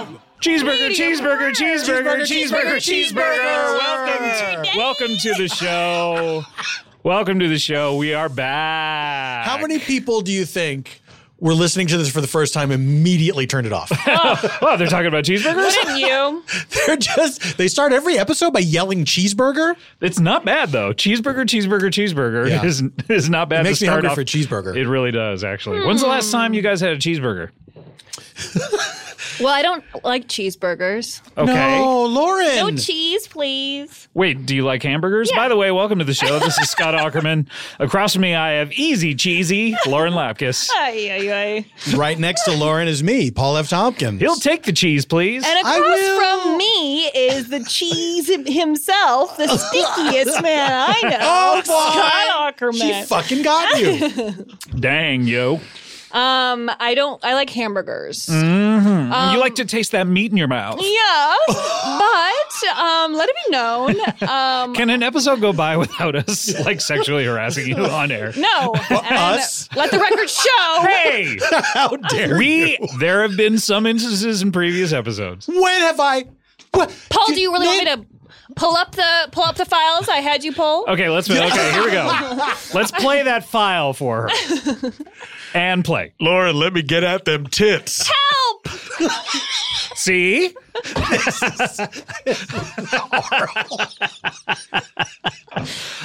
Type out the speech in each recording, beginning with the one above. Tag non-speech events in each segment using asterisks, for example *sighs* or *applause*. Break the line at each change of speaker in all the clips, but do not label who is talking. Cheeseburger,
Medium
cheeseburger,
rare.
cheeseburger, cheeseburger, cheeseburger. Welcome, to, welcome to the show. Welcome to the show. We are back.
How many people do you think were listening to this for the first time immediately turned it off?
Oh, they're talking about cheeseburgers.
Wouldn't you?
They're just they start every episode by yelling cheeseburger.
It's not bad though. Cheeseburger, cheeseburger, cheeseburger
Yeah.
is is not bad.
It makes
to
me
start
hungry
off.
for a cheeseburger.
It really does, actually. When's the last time you guys had a cheeseburger?
Well, I don't like cheeseburgers.
Okay.
No, Lauren.
No cheese, please.
Wait, do you like hamburgers?
Yeah.
By the way, welcome to the show. This is Scott Ackerman. Across from me, I have easy cheesy Lauren Lapkus.
Ay, ay, ay.
right next to Lauren is me, Paul F. Tompkins.
He'll take the cheese, please.
And
I
across
will-
from me is the cheese him- himself, the stinkiest man I know.
Oh, boy.
Scott Ackerman.
she fucking got you.
Dang, yo.
um, I don't. I like hamburgers.
you like to taste that meat in your mouth.
Yeah, but um, let it be known. Um,
Can an episode go by without
*laughs*
us like sexually harassing you on air?
no, and
us?
Let the record show.
Hey,
How dare you?
we there have been some instances in previous episodes.
When have I? What?
*laughs* Paul, do you really want me to pull up the pull up the files I had you pull?
Okay, let's okay, here we go. Let's play that file for her. And play.
Lauren, let me get at them tits.
Help!
See?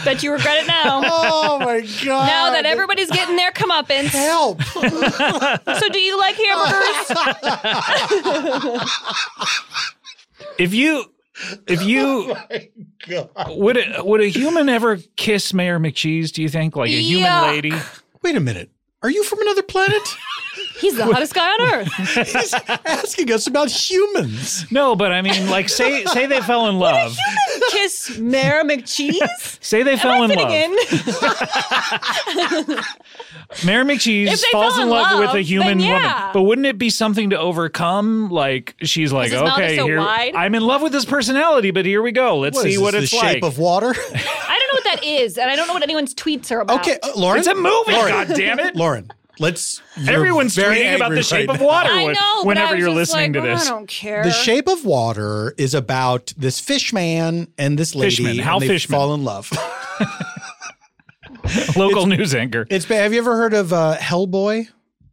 Bet you regret it now.
Oh my god.
Now that everybody's getting their comeuppance.
help.
So, do you like hamburgers?
If you if
*laughs*
you
Oh
would a, would a human ever kiss Mayor McCheese, do you think? Like a human
Yuck.
lady?
Wait a minute. Are you from another
*laughs*
planet?
*laughs* He's the hottest guy on *laughs* earth.
He's asking us about humans.
No, but I mean like say say they fell in love.
Kiss Mara *laughs* McCheese.
Say they fell in
Fitting
love.
*laughs* in.
Mary McCheese
If they
falls
fell
in
in
love, with
love,
a human
then yeah.
woman. But wouldn't it be something to overcome? Like she's like,
his mouth is
okay,
so
here
wide.
I'm in love with this personality, but here we go. Let's see
is
what
this,
it's
the
like.
shape of water.
I don't know what that is, and I don't know what anyone's tweets are about.
*laughs* Okay, uh, Lauren.
it's a movie,
Lauren.
God damn it!
Lauren, let's. you're
Everyone's
very
tweeting about
angry
the shape
right
of
now.
water
I
when-
know. but I
whenever
was
you're
just
listening to
like, "Well,
this.
I don't care.
The shape of water is about this fish man and this lady,
Fishman, Hal
and they
Fishman.
fall in love.
Local news anchor.
It's ba- have you ever heard of uh, Hellboy?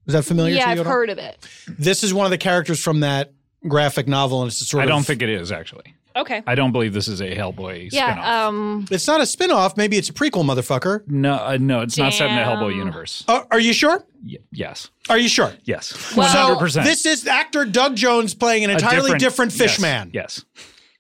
Is that familiar
yeah,
to you?
I've
at all?
heard of it.
This is one of the characters from that graphic novel, and it's a sort
I
of.
don't think it is actually.
Okay.
I don't believe this is a Hellboy spinoff.
yeah. Um.
it's not a spin-off. Maybe it's a prequel, motherfucker.
no, uh, no, it's not set in the
Damn.
Hellboy universe.
Uh, are you sure?
Y- yes,
Are you sure?
yes,
Well-
one hundred percent.
This is actor Doug Jones playing an entirely different, fish
yes,
man.
Yes.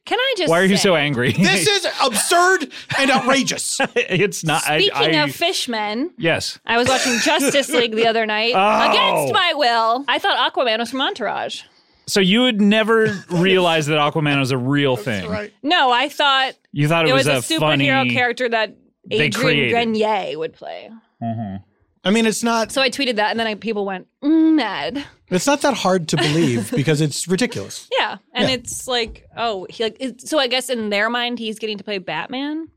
Can I just?
Why are you
say,
so angry?
This
*laughs*
is absurd and outrageous.
it's not.
Speaking
I, I,
of fishmen,
yes.
I was watching Justice League the other night
*laughs* Oh.
against my will. I thought Aquaman was from Entourage.
So you would never realize that Aquaman was a real thing.
No, I thought
You thought it,
it was, a,
a, funny
superhero character that
They
Adrian
created.
Grenier would play.
I mean, it's not
So I tweeted that, and then I, people went mm, mad.
it's not that hard to believe because it's
*laughs*
ridiculous.
Yeah, and it's like, oh, he like. It, so I guess in their mind, he's getting to play Batman.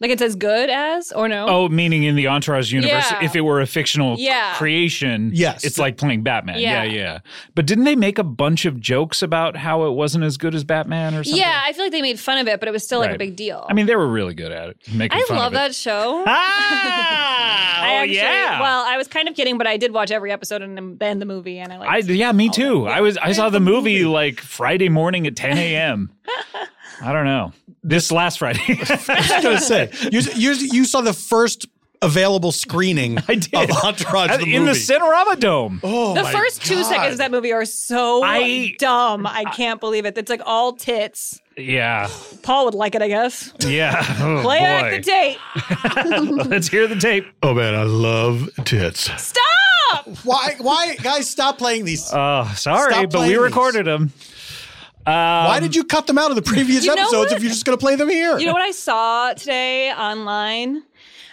Like it's as good as or no?
Oh, meaning in the Entourage universe,
Yeah.
if it were a fictional
Yeah.
creation,
Yes.
it's like playing Batman. Yeah.
Yeah.
yeah, But didn't they make a bunch of jokes about how it wasn't as good as Batman or something?
yeah. I feel like they made fun of it, but it was still like a
Right.
big deal.
I mean, they were really good at it. Making
I
fun
love
of it.
that show.
Ah,
*laughs* I
oh
actually,
yeah.
Well, I was kind of kidding, but I did watch every episode and then the movie, and I
I
like.
yeah, me too. I was I saw the movie like Friday morning at 10
*laughs*
a.m. I don't know. This last Friday.
I was gonna say you, you, you saw the first available screening
*laughs* I did.
of Entourage the
in the
movie.
Cinerama Dome.
oh,
The
my
first two
God.
seconds of that movie are so
I-
dumb. I can't believe it. It's like all tits.
*laughs*
Yeah.
Paul would like it, I guess.
Yeah. Oh,
Play back
boy.
the tape.
*laughs* Let's hear the tape.
Oh man, I love tits.
Stop! *laughs*
Why why guys stop playing these?
Oh, sorry,
Stop
but
playing
we
these.
recorded them.
why did you cut them out of the previous
You know
episodes
what?
if you're just gonna play them here?
You know what I saw today online?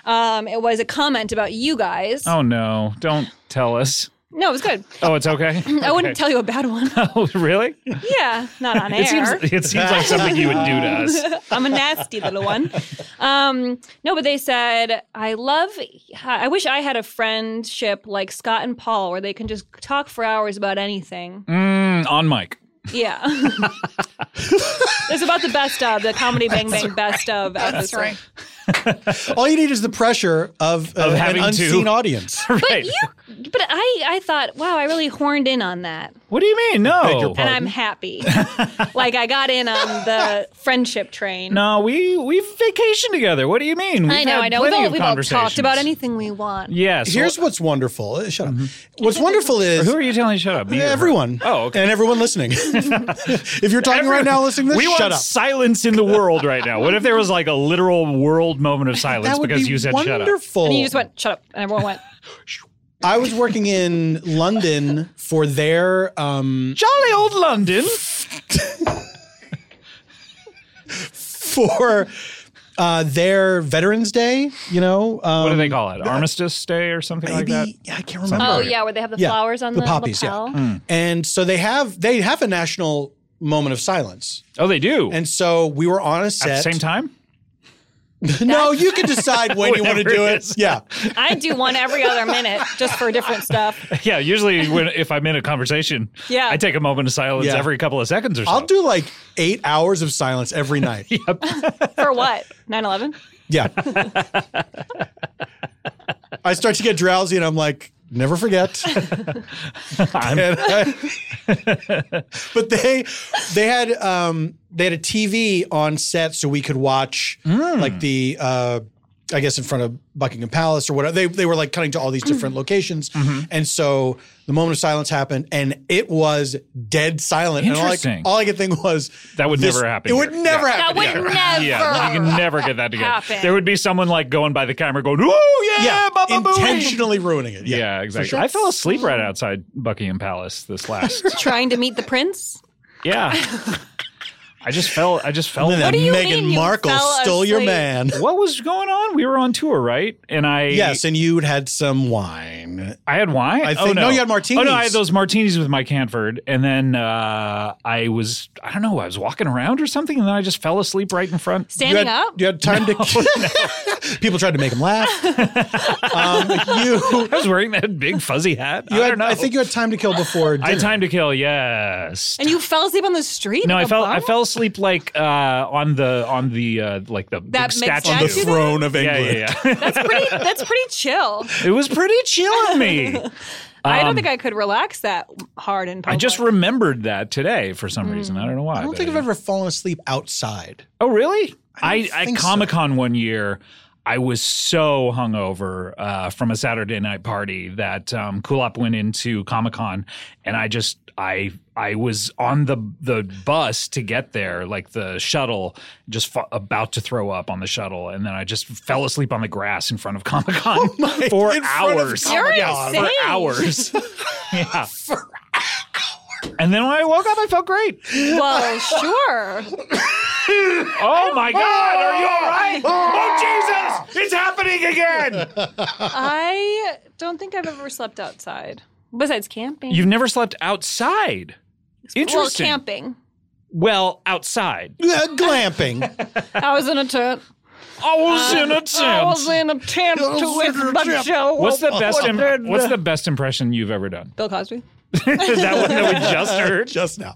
Um, it was a comment about you guys.
Oh no! Don't tell us.
No, it was good.
Oh, it's
*laughs*
okay.
I wouldn't tell you a bad one.
*laughs* Oh, really?
yeah, not on air.
*laughs*
*laughs*
It seems it seems like something you would do
*laughs*
to us.
I'm a nasty little one. Um, no, but they said, I love, I wish I had a friendship like Scott and Paul where they can just talk for hours about anything.
Mm, on mic.
Yeah. *laughs* It's about the best of
*laughs*
the comedy Bang Bang best of
That's
episode.
right.
All you need is the pressure of, uh,
Of
an
having to-
unseen audience.
*laughs* right.
But I, I thought, wow, I really horned in on that,
what do you mean?
Beg your
No.
pardon.
and
*laughs*
I'm happy. like I got in on the friendship train.
No, we we've vacationed together. What do you mean? We've
I know,
had
I know. We've
plenty
all,
of
we've all talked about
conversations.
anything we want.
Yes.
Here's what's wonderful. uh, Shut up. What's wonderful is
Mm-hmm. who are you telling? to Shut up. Me or her?
everyone.
Oh, okay.
And everyone
*laughs*
listening. if you're talking right now listening to this,
we
shut
want
up.
silence in the world right now. What if there was like a literal world moment of silence
That would
because
be
you said
wonderful.
shut up?
And you just went, shut up.
*laughs*
And everyone went,
I was working in London for their um *laughs*
Jolly old London.
for uh their Veterans Day, you know. Um,
What do they call it? Armistice Day or something like
Maybe
that? Hmm.
yeah, I can't remember.
oh, yeah, where they have the
Yeah,
flowers on
the
the,
poppies, yeah.
lapel.
Mm.
And so they have they have a national moment of silence.
Oh, they do.
And so we were on a
At
set.
the same time?
*laughs* no, you can decide when you want to
Whenever
do
it
it.
is.
Yeah.
I do one every other minute just for different
*laughs*
stuff.
*laughs* Yeah, usually when if I'm in a conversation,
Yeah.
I take a moment of silence
Yeah.
every couple of seconds or so.
I'll do like 8 hours of silence every night.
*laughs*
For what? 9 11?
Yeah. I start to get drowsy and I'm like, never forget. *laughs* And I- *laughs* but they they had um they had a TV on set so we could watch
Hmm.
like the uh I guess in front of Buckingham Palace or whatever. They they were like cutting to all these
Hmm.
different locations.
Mm-hmm.
And so the moment of silence happened and it was dead silent. And all I,
Interesting.
all I could think was
That would
this-
never happen
It would
here.
never
Yeah.
happen.
That would
here.
never.
*laughs* yeah, you can never get that together.
Happen.
There would be someone like going by the camera going, "Oh yeah,
yeah,
Baba Booey."
intentionally ruining it.
Yeah,
Yeah.
exactly. I fell asleep right outside Buckingham Palace this last.
Trying to meet the prince?
yeah, I just fell. I just fell.
And then
do you
Meghan
mean you
Markle
fell
stole your
asleep?
*laughs* man.
What was going on? We were on tour, right? And I
Yes, and you had some wine.
I had wine.
I
oh,
think-
no.
no, you had
Oh no, I
martinis.
had those martinis with Mike Hanford, and then uh, I was I don't know, I was walking around or something, and then I just fell asleep right in front. *laughs*
You
Standing
had,
up?
you had time *laughs* to. People tried to make him
*laughs*
laugh. um, you,
I was wearing that big fuzzy hat.
you
I
had,
don't know.
I think you had time to kill before.
I had
dinner.
time to kill. Yes.
And you fell asleep on the street?
No,
like
I
a
fell.
bum?
I fell asleep like uh, on the on the uh, like the
That
big
big
statue.
statue?
Yeah,
throne of
yeah, yeah.
That's pretty, that's pretty chill.
*laughs* it was pretty chill of me.
I don't think I could relax that hard in public.
Um, I just remembered that today for some reason. I don't know why.
Hmm. I don't think I've ever fallen asleep outside.
Oh, really? I,
don't
at
think so.
Comic Con one year, I was so hungover uh, from a Saturday night party that um, Kulop went into Comic Con, and I just I I was on the the bus to get there, like the shuttle, just fa- about to throw up on the shuttle, and then I just fell asleep on the grass in front of Comic Con *laughs* for
Oh in front of
hours.
Comic-Con.
You're
Yeah, for
insane.
hours. *laughs* yeah. And then when I woke up, I felt great. *laughs*
Well, sure.
Oh my God, are you all
*laughs*
right? Oh Jesus, it's happening again.
I don't think I've ever slept outside besides camping.
You've never slept outside. Interesting.
Well, camping.
Well, outside.
Yeah, Uh, glamping.
I was in
*laughs*
a tent.
I was in a
Uh, I was
tent.
in a tent with
in a
bunch of
What's the
Oh,
best?
women.
Im- what's the best impression you've ever done?
Bill Cosby.
Is that one that we
*laughs*
just
*laughs*
heard?
Just now.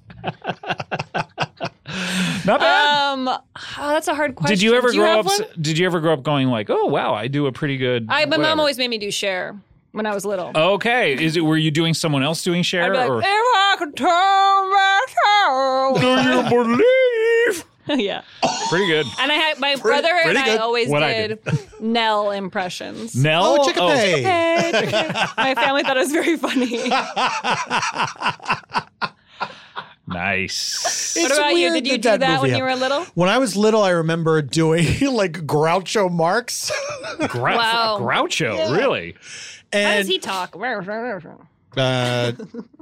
Not bad.
Um, oh, that's a hard question.
did you ever
Do
grow up?
have
s-
one?
Did you ever grow up going like, oh wow, I do a pretty good.
I, my mom
whatever."
always made me do share when I was little.
Okay, is it? Were you doing someone else doing
I'd
share
be like, "Eh."
or?
if I could turn back
Do you believe?
time. *laughs* yeah.
Pretty good.
And I had my brother and
pretty
I
good.
always
What I
did, *laughs* Nell impressions.
Nell.
Oh, Chickapay.
Hey, Chick-fil-A. my family thought it was very funny.
Oh, nice.
What
It's
about you?
weird
Did you
that
do
that
that when
movie
you were little?
When I was little, I remember doing *laughs* like Groucho Marx.
Grou-
Wow.
Groucho, really?
How does
And
he talk? Wow.
uh,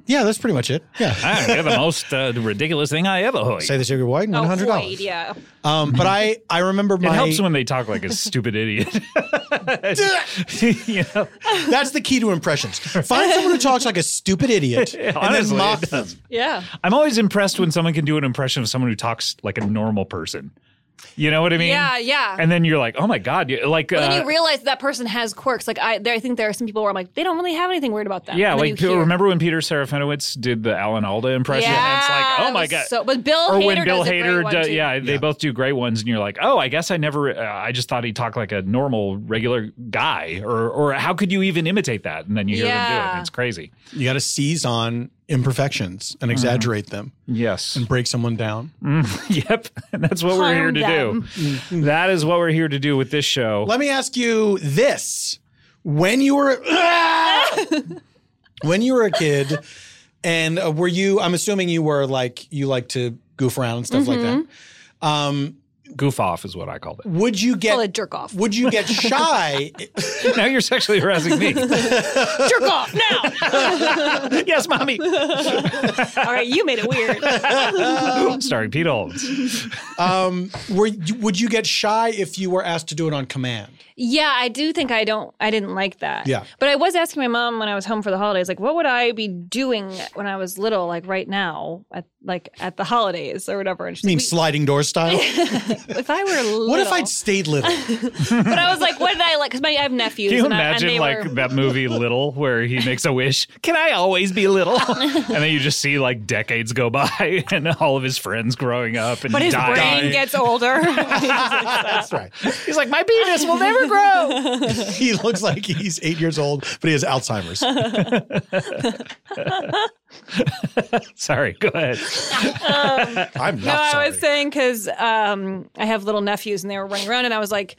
yeah, that's pretty much it. Yeah.
Ah, you're the most uh, ridiculous thing I ever heard.
Say the sugar white and one hundred
Oh,
dollars.
wait, yeah.
Um, but I I remember
It
my
helps when they talk like a stupid *laughs* idiot. you know?
That's the key to impressions. Find someone who talks like a stupid
*laughs*
idiot and then
honestly,
mock
it
them.
Yeah.
I'm always impressed when someone can do an impression of someone who talks like a normal person. You know what I mean?
Yeah, yeah.
And then you're like, oh my god, you, like
But then
uh,
you realize that person has quirks. Like I, there, I think there are some people where I'm like, they don't really have anything weird about them.
yeah,
And then
like Pe-
you hear-
remember when Peter Serafinowicz did the Alan Alda impression? And it's like,
Yeah,
oh
that
my
was
god.
So, but Bill
or
Hader
when Bill
does a great
Hader,
one,
does,
too.
yeah, they
Yeah.
both do great ones, and you're like, oh, I guess I never, uh, I just thought he talked like a normal, regular guy, or or how could you even imitate that? And then you hear them do it,
Yeah.
and it's crazy.
You got to seize on imperfections
Mm-hmm.
and exaggerate them
Yes,
and break someone down.
*laughs* yep, *laughs* and that's what we're here
Harm
to do. That is what we're here to do with this show.
Let me ask you this: When you were *laughs* when you were a kid, and uh, were you? I'm assuming you were like you like to goof around and stuff like
Mm-hmm.
that. Um,
Goof off is what I called it.
would you
Call
get?
it jerk off.
Would you
*laughs*
get shy? eh,
*laughs* now you're sexually harassing me. *laughs*
jerk off now.
yes, *laughs* mommy.
All right, you made it weird.
Starring Pete Holmes.
um, were you- would you get shy if you were asked to do it on command?
Yeah, I do think I don't. I didn't like that.
Yeah.
But I was asking my mom when I was home for the holidays, like, what would I be doing when I was little, like right now, at like at the holidays or whatever? And she's
You mean
like,
sliding door
*laughs*
style?
"We- if I
*laughs*
were little,
What if I'd stayed
*laughs*
little?
But I was like, what did I like? Because my I have nephews.
Can you
and I-
imagine
and they
like
were,
that movie Little, where he makes a wish? Can I always be
*laughs*
little? and then you just see like decades go by *laughs* and all of his friends growing up and
But his
dying.
brain gets older.
*laughs*
That's right.
He's like, my penis will
*laughs*
never grow.
*laughs* He looks like he's eight years old, but he has Alzheimer's.
Sorry, go ahead.
I'm not
No,
sorry.
I was saying because um, I have little nephews and they were running around, and I was like,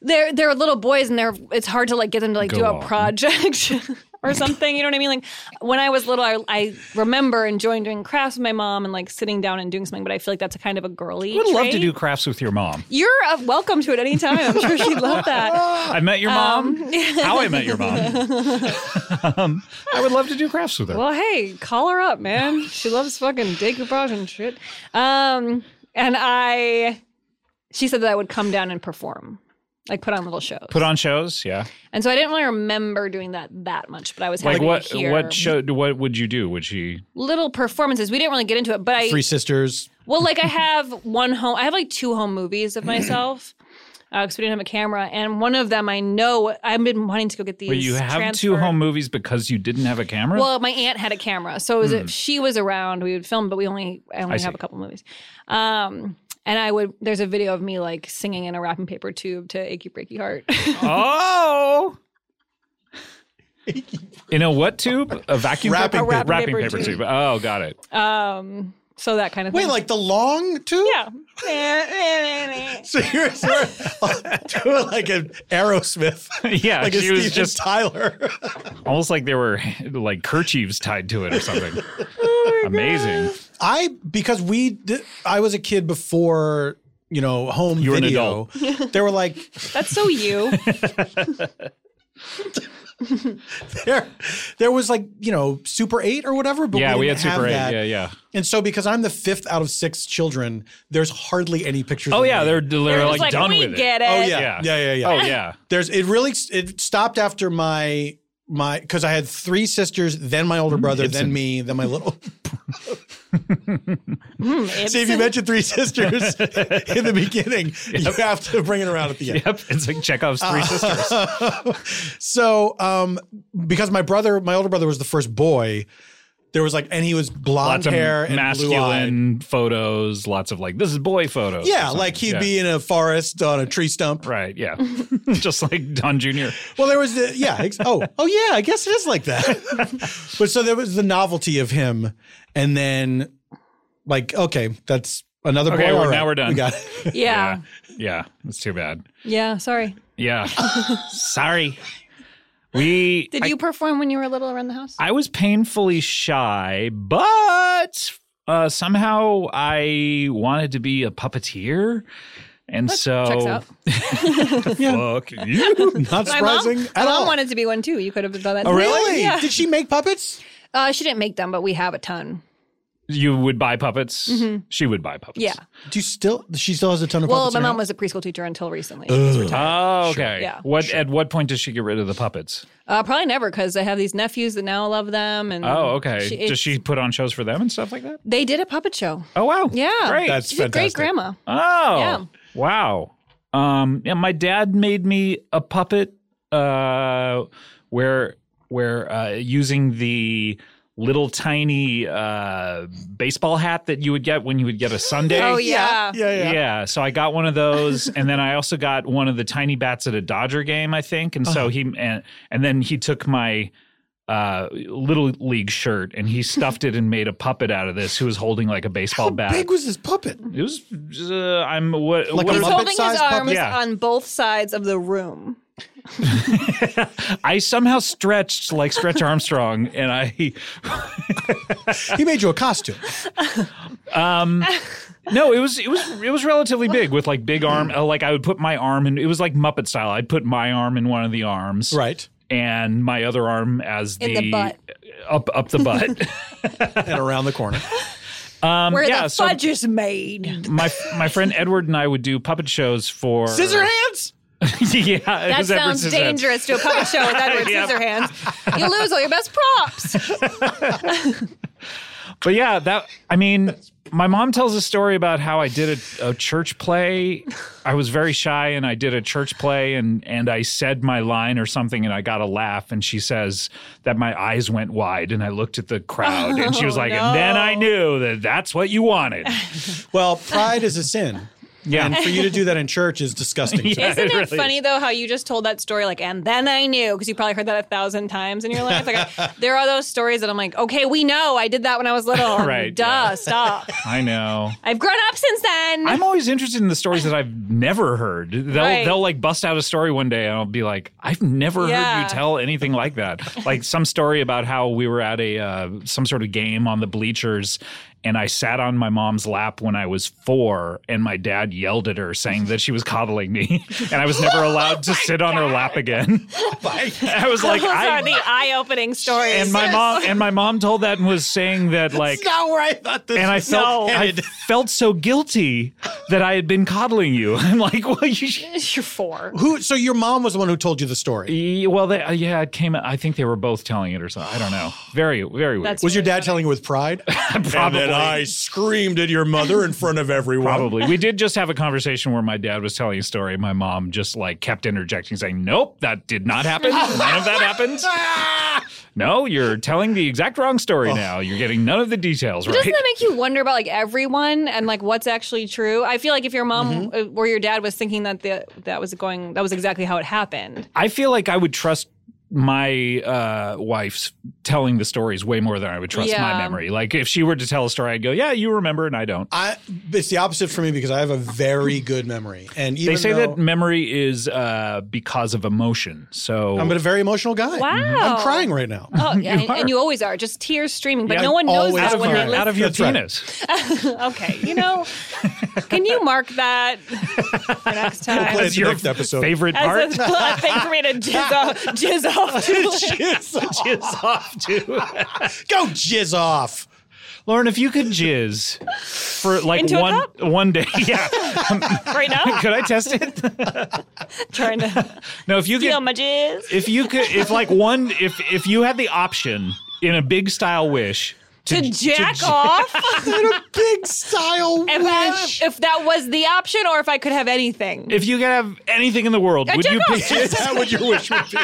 they're they're little boys, and they're it's hard to like get them to like
Go
do
on.
a project *laughs* or something. You know what I mean? Like when I was little, I, I remember enjoying doing crafts with my mom and like sitting down and doing something. But I feel like that's a kind of a girly.
I would love to
trait.
do crafts with your mom.
You're uh, welcome to it anytime. I'm sure she'd love
*laughs*
that.
I met your mom.
*laughs*
How I met your mom. um, I would love to do crafts with her.
Well, hey, call her up, man. She loves fucking decoupage and shit. Um, and I, she said that I would come down and perform, like put on little shows.
Put on shows, yeah.
And so I didn't really remember doing that that much, but I was
Like
happy
what?
to hear
What show? What would you do? Would she?
little performances. We didn't really get into it, but I
Three sisters.
well, like I have one home. I have like two home movies
*clears throat*
of myself because we didn't have a camera, and one of them I know I've been wanting to go get these.
Well, you have two
transferred.
home movies because you didn't have a camera.
Well, my aunt had a camera, so it was, if she was around, we would film. But we only I only
Hmm. I
have
see.
a couple movies. Um, and I would there's a video of me like singing in a wrapping paper tube to "Achy Breaky Heart."
Oh. In a what tube? A vacuum
Wrapping
paper?
paper.
Wrapping
Wrapping
paper
paper
tube.
tube. Oh, got it.
*laughs* um, so that kind of
Wait,
thing.
like the long tube? *laughs*
yeah.
So you're sort of *laughs* doing like an Aerosmith,
*laughs* yeah,
like a
she was
Steven
just
Tyler. *laughs*
almost like there were like kerchiefs tied to it
*laughs*
or something.
Oh
Amazing.
I because we did, I was a kid before you know home
You were an
video. There were like *laughs*
That's
*laughs*
so you.
there there was like you know Super Eight or whatever. But
yeah,
we,
we
didn't
had Super
have
8.
that.
Yeah, yeah.
And so because I'm the fifth out of six children, there's hardly any pictures.
Oh,
of
yeah,
me.
they're, they're,
They're
like,
just
done
we
with
get it.
Oh yeah, yeah,
Yeah.
yeah, yeah.
it. Oh, yeah.
There's it really it stopped after my my because I had three sisters, then my
Mm,
older brother, then me, then my little. *laughs*
It's-
See, if you mentioned three sisters *laughs* in the
*laughs*
beginning, you have to bring it around at the end.
*laughs* Yep. It's like Chekhov's
Ah,
Three Sisters.
So, um, because my brother, my older brother, was the first boy, there was like, and he was blonde
Lots of
hair and blue-eyed.
masculine photos, lots of like, this is boy photos. or
Yeah,
something.
like he'd
Yeah.
be in a forest on a tree stump. *laughs*
Right, yeah. *laughs* Just like Don Jr.
Well, there was the yeah. ex- Oh, oh yeah. I guess it is like that. *laughs* but so there was the novelty of him, and then like okay, that's another
Okay,
boy.
we're-
All right,
now we're done.
We got
*laughs*
it.
yeah.
Yeah, it's too bad.
Yeah. Sorry.
*laughs*
Yeah. Sorry. We
Did
I,
you perform when you were little around the house?
I was painfully shy, but uh, somehow I wanted to be a puppeteer. And so
checks out.
fuck you.
Not
my mom,
surprising
my
at
mom
all.
wanted to be one too. You could have done that.
oh really?
Yeah.
Did she make puppets?
Uh, she didn't make them, but we have a ton.
You would buy puppets. She would buy puppets.
Mm-hmm. Yeah.
Do you still? She still has a ton of
Well,
puppets.
my
around?
mom was a preschool teacher until recently.
Oh, okay.
Yeah,
what at what point does she get rid of the puppets?
Uh, probably never because I have these nephews that now love them. And
Oh, okay.
Mm-hmm. She,
does she put on shows for them and stuff like that?
They did a puppet show.
Oh wow.
Yeah.
Great.
That's
She's a great
fantastic.
grandma.
oh.
Yeah.
Wow. Um, yeah, my dad made me a puppet uh, where where uh, using the little tiny uh, baseball hat that you would get when you would get a Sunday.
Oh, yeah.
Yeah, yeah.
Yeah. so I got one of those, *laughs* and then I also got one of the tiny bats at a Dodger game, I think. And
Oh.
so he and, and then he took my uh, little league shirt and he stuffed it and made a puppet out of this who was holding like a baseball
How
bat.
big was this puppet?
it was uh, I'm what,
Like a
what
He's
Muppet
holding his
sized puppet?
arms
Yeah.
on both sides of the room.
I somehow stretched like Stretch Armstrong, and I
He made you a costume.
no, it was it was it was relatively big with like big arm. uh, Like I would put my arm in. It was like Muppet style. I'd put my arm in one of the arms,
right.
and my other arm as
In the butt.
up up the butt.
*laughs*
And around the corner.
Um,
Where
yeah,
the
so
fudge is made.
my my friend Edward and I would do puppet shows for *laughs*
Scissor hands?
yeah,
That sounds dangerous to a puppet show
*laughs*
with Edward
Yep.
Scissorhands. You lose all your best props.
But yeah, that I mean, my mom tells a story about how I did a, a church play. I was very shy, and I did a church play, and and I said my line or something, and I got a laugh, and she says that my eyes went wide, and I looked at the crowd, and she was
Oh,
like, and then I
no.
knew that that's what you wanted.
*laughs*
Well, pride is a sin.
Yeah.
And for you to do that in church is disgusting. to me.
*laughs* Yeah. *laughs*
Isn't
It
it,
really
funny though how you just told that story like, and then I knew because you probably heard that a thousand times in your life.
*laughs*
Like, I, there are those stories that I'm like, okay, we know I did that when I was little.
*laughs* Right,
Duh.
yeah.
Stop.
I know.
I've grown up since then. *laughs*
I'm always interested in the stories that I've never heard. They'll
Right.
they'll like bust out a story one day and I'll be like, I've never
Yeah.
heard you tell anything like that. like some story about how we were at a uh, some sort of game on the bleachers and I sat on my mom's lap when I was 4 and my dad yelled at her saying that she was coddling me *laughs* and I was never allowed
*laughs* Oh
to sit on her lap again. *laughs* I was like
Those
I
are the eye-opening stories.
and my mom and my mom told that and was saying that like
That's not where I thought this
*laughs*
and I
was
felt I
headed.
felt so guilty that I had been coddling you. *laughs* I'm like, well, you. Should.
*laughs* You're four.
Who? So your mom was the one who told you the story.
Yeah, Well, they, uh, yeah, it came. I think they were both telling it or something. I don't know. Very, very weird. *laughs*
That's
Was your dad telling you with *laughs* pride?
probably.
screamed at your mother in front of everyone.
Probably. We did just have a conversation where my dad was telling a story. My mom just like kept interjecting, saying, Nope, that did not happen. None of that
*laughs*
happened. No, you're telling the exact wrong story now. You're getting none of the details right.
Oh. Doesn't that make you wonder about like everyone and like what's actually true? I feel like if your mom uh
Mm-hmm.
or your dad was thinking that the, that was going, that was exactly how it happened.
I feel like I would trust my uh, wife's telling the stories way more than I would trust my
Yeah.
memory. Like if she were to tell a story, I'd go, "Yeah, you remember," and I don't.
I, it's the opposite for me because I have a very good memory, and even
They say
though
that memory is uh, because of emotion. So
I'm a very emotional guy.
Wow.
I'm crying right
*laughs*
now.
Oh, yeah, and, and
are.
you always are just tears streaming, but
Yeah,
no one knows
always
out
that
of
when
your
they
fine.
listen.
out
That's
of your
right.
penis.
Okay, *laughs* you know, can you mark that for *laughs* next time?
play it
That's
the
your
next episode.
favorite part.
As a, *laughs* a thing for me to jizz off, jizz off *laughs* to.
jizz off too,
Go jizz off.
Lauren. If you could jizz for like
Into a
one
cup?
one day, *laughs* yeah.
right now.
could I test it?
Trying to
No, if you could
feel my jizz.
if you could if like one if if you had the option in a big style wish
To jack *laughs* off.
Big style
If, I, *laughs*
wish.
if that was the option, or if I could have anything.
if you could have anything in the world, would
jack
you
off.
*laughs* pick
Is that what your wish would be?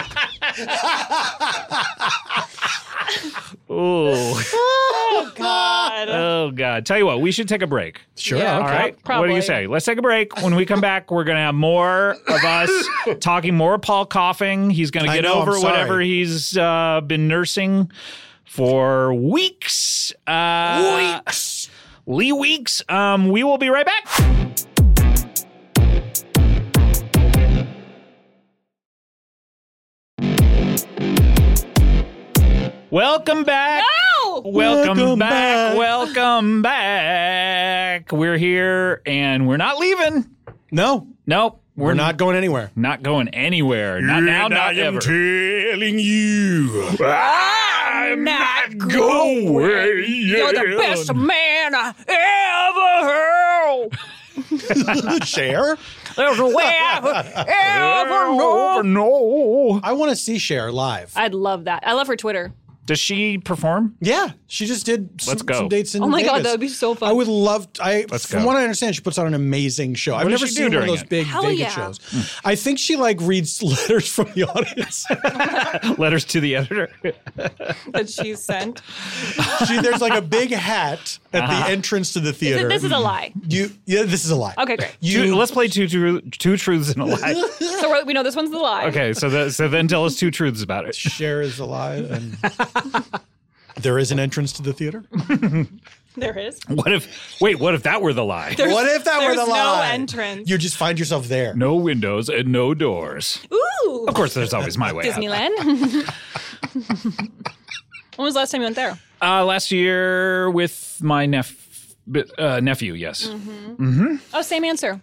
Oh,
God.
oh God! Tell you what, we should take a break.
Sure.
Yeah.
All right. What do
Probably.
you say? Let's take a break. When we come back, we're gonna have more of us
*laughs*
talking more. Paul coughing. He's gonna
I
get
know, I'm
over
sorry.
whatever he's uh, been nursing for weeks. Uh,
Weeks.
Lee Weeks. Um, we will be right back. Welcome
Ah!
back.
No!
Welcome,
Welcome
back.
back.
Welcome back. We're here and we're not leaving.
No,
Nope. We're,
we're
not
not going anywhere.
not going anywhere. Not now, not ever.
telling you.
I'm not going. You're the best man I ever heard.
Cher?
There's *laughs* a way I ever know.
no.
I want to see Cher live.
I'd love that. I love her Twitter.
Does she perform? *laughs*
Yeah, she just did some,
Let's go.
some dates in
Oh my
Vegas.
god, that would be so fun.
I would love. To, I
Let's
from
go.
what I understand, she puts on an amazing show. I've
does
never
she do
seen one of
during
those
it?
big
Hell
Vegas
yeah.
shows. I think she like reads *laughs* letters from the audience.
Letters to the editor.
that she sent.
she, there's like a big hat at
Uh-huh.
the entrance to the
Th-
theater.
This is a lie.
you. Yeah, this is a lie.
Okay, great.
You.
Two, let's play two, two, two truths and a lie.
So we're, we know this one's the lie.
Okay, so the, so then tell us two truths about it. *laughs*
share is a lie, and there is an entrance to the theater.
There is.
What if? Wait, what if that were the lie?
There's-
what if that were the
there's no
lie?
entrance.
You just find yourself there.
No windows and no doors.
Ooh.
Of course, there's always my way. out.
Disneyland. *laughs* when was the last time you went there?
Uh, last year with my neph- uh, nephew, yes.
Oh, same answer.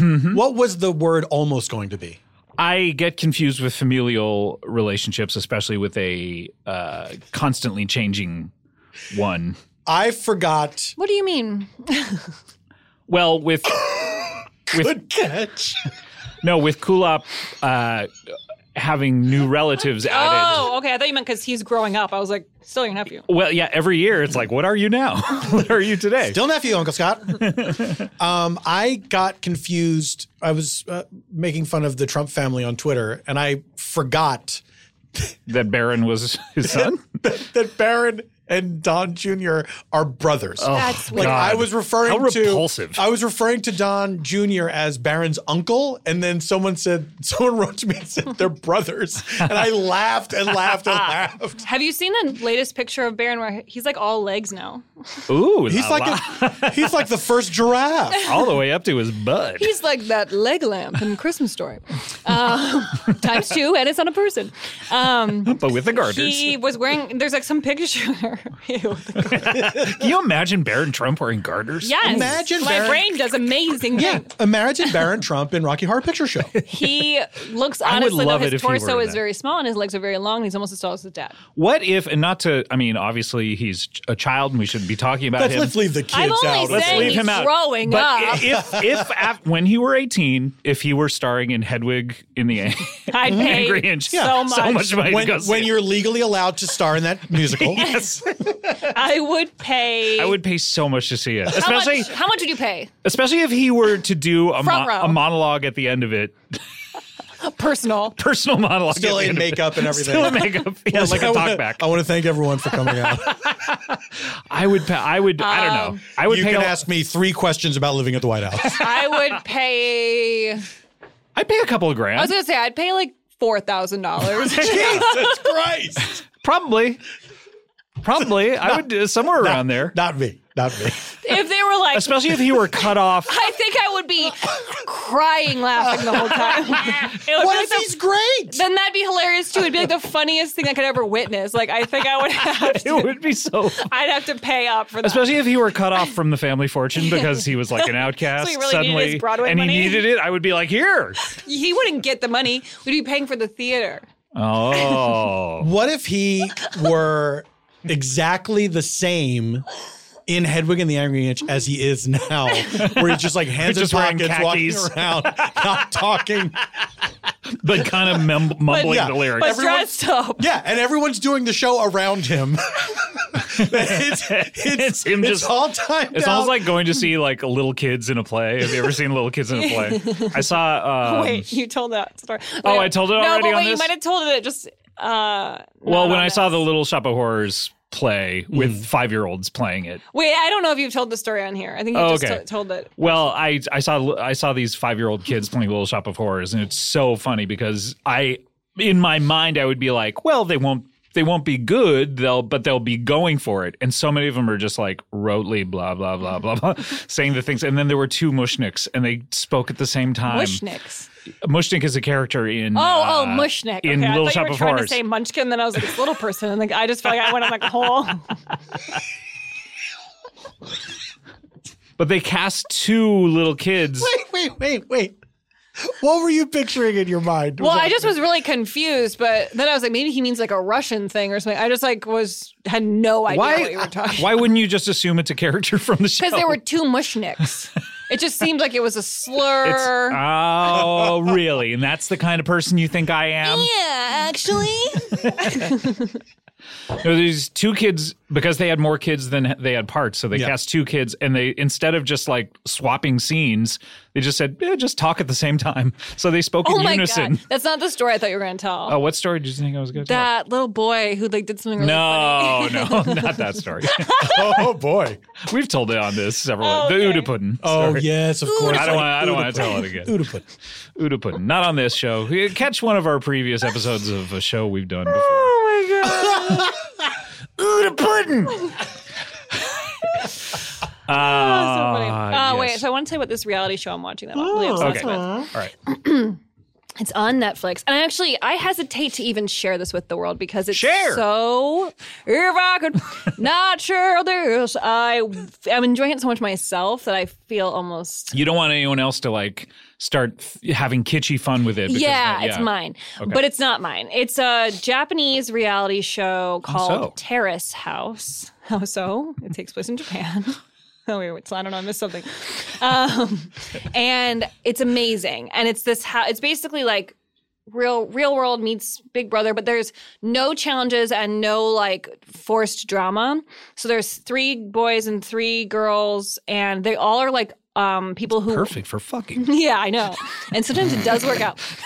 What was the word almost going to be?
I get confused with familial relationships, especially with a uh, constantly changing one.
I forgot.
What do you mean?
Well, with
Good catch.
no, with Kulop uh, having new relatives added.
*laughs* Oh, okay. I thought you meant because he's growing up. I was like, still your nephew.
Well, yeah, every year it's like, what are you now? *laughs* what are you today?
Still nephew, Uncle Scott. um, I got confused. I was uh, making fun of the Trump family on Twitter, and I forgot
that Baron was
*laughs*
his son.
that Barron and Don Jr. are brothers.
That's
Like
weird.
God.
I was referring
How
to
repulsive.
I was referring to Don Jr. as Barron's uncle, and then someone said *laughs* someone wrote to me and said they're brothers, and I laughed and laughed and laughed.
Have you seen the latest picture of Baron where he's like all legs now?
Ooh,
He's like a, *laughs* he's like the first giraffe.
all the way up to his bud.
He's like that leg lamp in Christmas Story. Um, times two, and it's on a person. Um,
but with the garters.
he was wearing, there's like some picture. *laughs* Ew.
Can you imagine Baron Trump wearing garters?
yes.
Imagine
My
Baron-
brain does amazing
Yeah,
things.
imagine Baron Trump in Rocky Horror Picture Show.
He
*laughs*
looks
would
honestly, though,
love it
his
if he were
torso is
that.
very small and his legs are very long. And he's almost as tall as
*laughs*
his dad.
What if, and not to, I mean, obviously he's a child and we shouldn't be talking about
Let's,
him.
let's leave the kids
I'm only
out. of
saying
Let's leave *laughs*
he's
him out.
growing
but
up.
i- If,
*laughs*
if af- when he were 18, if he were starring in Hedwig in the Ang- *laughs*
I'd pay
Angry Inch,
so much.
so much money
it. when,
to go see
when
it.
you're legally allowed to star in
*laughs*
that musical.
Yes.
*laughs* I would
*laughs*
pay.
I would pay so much to see it,
How
especially
much, how much would you pay?
especially if he were to do a,
Front
mo-
row.
a monologue at the end of it, *laughs*
Personal.
personal monologue,
Still
at
in
the end of it.
makeup and everything.
still
*laughs*
in makeup, yeah, like a
I wanna-
talkback.
I want to thank everyone for coming out.
I would pay. I would. I don't
Um,
know. *laughs* I would
you
pay.
can
a-
ask me three questions about living at the White
*laughs*
House.
*laughs* I would pay. I
I'd pay a couple of grand.
was gonna say I'd pay like four
*laughs*
thousand dollars.
Jesus Christ!
Probably. Probably. I would do somewhere around there.
Not me. Not
*laughs*
me.
If they were like,
Especially if he were cut off.
I think I would be crying laughing the
*laughs*
whole time. *laughs* It would be
What
like
if
the-
he's great?
then that'd be hilarious too. It'd be like the funniest thing I could ever witness. Like I think I would *laughs* have
*laughs* It
to.
would be so.
I'd have to pay up for that.
Especially if he were cut off from the family fortune because he was like
*laughs*
an outcast
So he really needed
suddenly,
his Broadway
and
money?
he needed it. I would be like, here.
he wouldn't get the money. We'd be paying for the theater.
Oh, *laughs*
What if he were exactly the same in Hedwig and the Angry Inch as he is now, where he's
*laughs*
just like hands
Just
in
wearing
pockets, walking
khakis.
around, not talking.
but kind of mem- mumbling
yeah,
the lyrics.
But
Everyone-
dressed up.
Yeah, and everyone's doing the show around him. it's, it's,
It's him
it's
just-
all timed
It's
out.
almost like going to see like little kids in a play. Have you ever seen little kids in a play?
*laughs*
I saw. Um,
*laughs* Wait, you told that story.
Oh, I told it already
No, but
on
wait, you
this?
might have told it just. Uh,
well,
not
when
on
I saw
this. Hmm.
the Little Shop of Horrors play with five year olds playing it,
Wait, I don't know if you've told the story on here. I think you
Oh,
just
okay.
to- told it.
Well, I I saw I saw these five year old kids playing Little Shop of Horrors, and it's so funny because I in my mind I would be like, well, they won't they won't be good, they'll but they'll be going for it, and so many of them are just like rotely blah blah blah blah blah *laughs* saying the things, and then there were two mushniks, and they spoke at the same time.
Mushniks.
Mushnik is a character in
Oh,
uh,
oh, mushnik.
in
okay, I
Little
thought you
Shop
were
of
trying
Horrors.
to say munchkin, then I was like, it's little person, and like I just felt like I went *laughs* on like a whole.
but they cast two little
*laughs*
kids.
wait, wait, wait, wait. What were you picturing in your mind?
Well, I just was really confused, but then I was like, maybe he means like a Russian thing or something. I just like was had no idea what you were
Why?
*laughs* talking.
Why wouldn't you just assume it's a character *laughs* from the show?
Because there were two mushniks. it just seemed like it was a
It's-
slur. *laughs*
oh, really? And that's the kind of person you think I am?
yeah, actually.
No, these two kids because they had more kids than they had parts, so they
Yeah.
cast two kids, and they instead of just like swapping scenes, they just said, "Eh, "Just talk at the same time." So they spoke
Oh
in
my
unison. *laughs*
god, that's not the story I thought you were going to tell.
Oh, what story did you think I was going to tell?
that little boy who like did something. Really
No, no, not that
*laughs*
story. *laughs*
oh boy.
We've told it on this several.
Oh,
the
okay.
Uda Puddin.
Oh
story.
yes, of course.
I don't want. I don't want to tell it again.
Oodle pudding.
Uda Puddin. Not on this show. Catch one of our previous episodes of a show we've done before.
Oh
*laughs* Uda Puddin.
my god, *laughs* so funny.
Ah,
Oh wait,
yes.
so I want to tell you about this reality show I'm watching that I'm really obsessed
Okay.
with.
All right.
It's on Netflix, and I actually I hesitate to even share this with the world because it's
Share.
so. If I
*laughs*
could not share this, I I'm enjoying it so much myself that I feel almost.
You don't want anyone else to like start f- having kitschy fun with it. because
Yeah,
that-
it's mine, but it's not mine. It's a Japanese reality show called
so?
Terrace House. How so? It takes place in Japan. *laughs* Oh, wait, wait, so I don't know. I missed something. Um, and it's amazing. And it's this how it's basically like real real world meets Big Brother, but there's no challenges and no like forced drama. So there's three boys and three girls, and they all are like um people who
Perfect for fucking.
*laughs* Yeah, I know. And sometimes it does work out.
*laughs*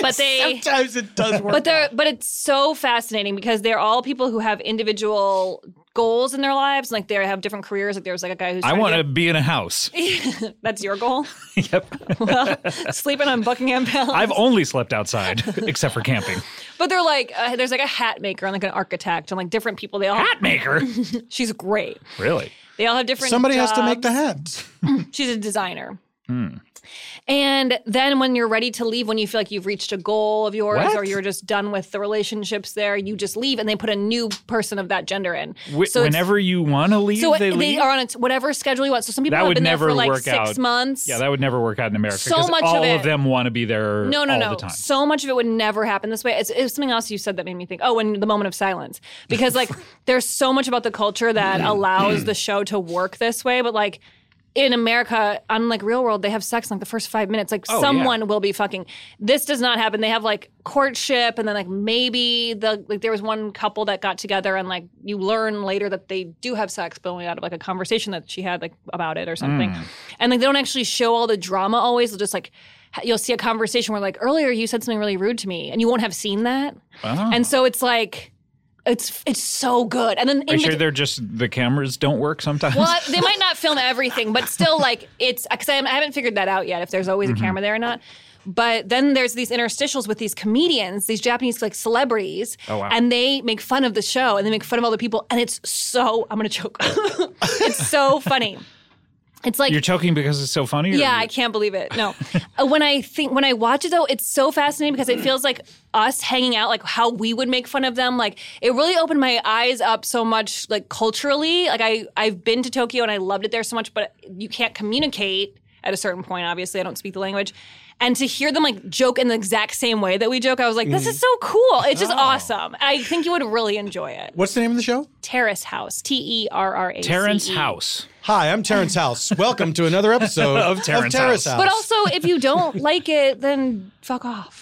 But they
Sometimes it
*laughs*
does work.
but they're but it's so fascinating because they're all people who have individual goals in their lives. Like they have different careers. Like there was like a guy who's
I
trying
want
to
to be in a house.
get- that's your goal.
*laughs* yep.
well, *laughs* sleeping on Buckingham Palace.
I've only slept outside *laughs* except for camping.
but they're like uh, there's like a hat maker and like an architect and like different people. They all
Hat
*laughs*
maker.
she's great.
Really?
They all have different.
Somebody has to make
jobs.
the hats.
She's a designer.
Hmm.
And then when you're ready to leave, when you feel like you've reached a goal of yours
What?
or you're just done with the relationships there, you just leave and they put a new person of that gender in.
Wh-
So it's-
whenever you want to leave,
so
they
they,
leave.
are on a, whatever schedule you want. So some people
That
have
would
been
never
there for like
work
six
out.
months.
yeah, that would never work out in America.
So
'cause
much of
all of,
it-
them want to be there.
no, no,
all
no.
The time.
So much of it would never happen this way. It's, it's something else you said that made me think. Oh, and the moment of silence,
*laughs*
because like there's so much about the
*clears throat*
culture that allows the show to work this way, but like. In America, unlike real world, they have sex in like the first five minutes. Like
Oh, yeah.
someone will be fucking. This does not happen. They have like courtship, and then like maybe the like there was one couple that got together, and like you learn later that they do have sex, but only out of like a conversation that she had like about it or something.
Hmm.
And like they don't actually show all the drama always. They'll just like you'll see a conversation where like earlier you said something really rude to me and you won't have seen that
Oh.
and so it's like it's it's so good and then
Are
in
you sure
bet-
they're just the cameras don't work sometimes?
*laughs* well, they might not film everything, but still, like it's because I haven't figured that out yet if there's always a
Mm-hmm.
camera there or not. But then there's these interstitials with these comedians, these Japanese like celebrities,
Oh, wow.
and they make fun of the show and they make fun of all the people, and it's so I'm gonna choke. *laughs* it's so funny. It's
*laughs*
like
You're choking because it's so funny. or
yeah,
you-
I can't believe it. No. *laughs* Uh, when I think when I watch it though, it's so fascinating because it feels like us hanging out, like how we would make fun of them. Like it really opened my eyes up so much, like culturally. Like I I've been to Tokyo and I loved it there so much, but you can't communicate at a certain point. Obviously, I don't speak the language. And to hear them like joke in the exact same way that we joke, I was like,
Mm.
this is so cool. It's
Oh.
just awesome. I think you would really enjoy it.
What's the name of the show?
Terrace House. T E R R A.
Terrence House.
Hi, I'm Terrence House. Welcome to another episode
*laughs* Of Terrence House.
But also, if you don't like it, then fuck off.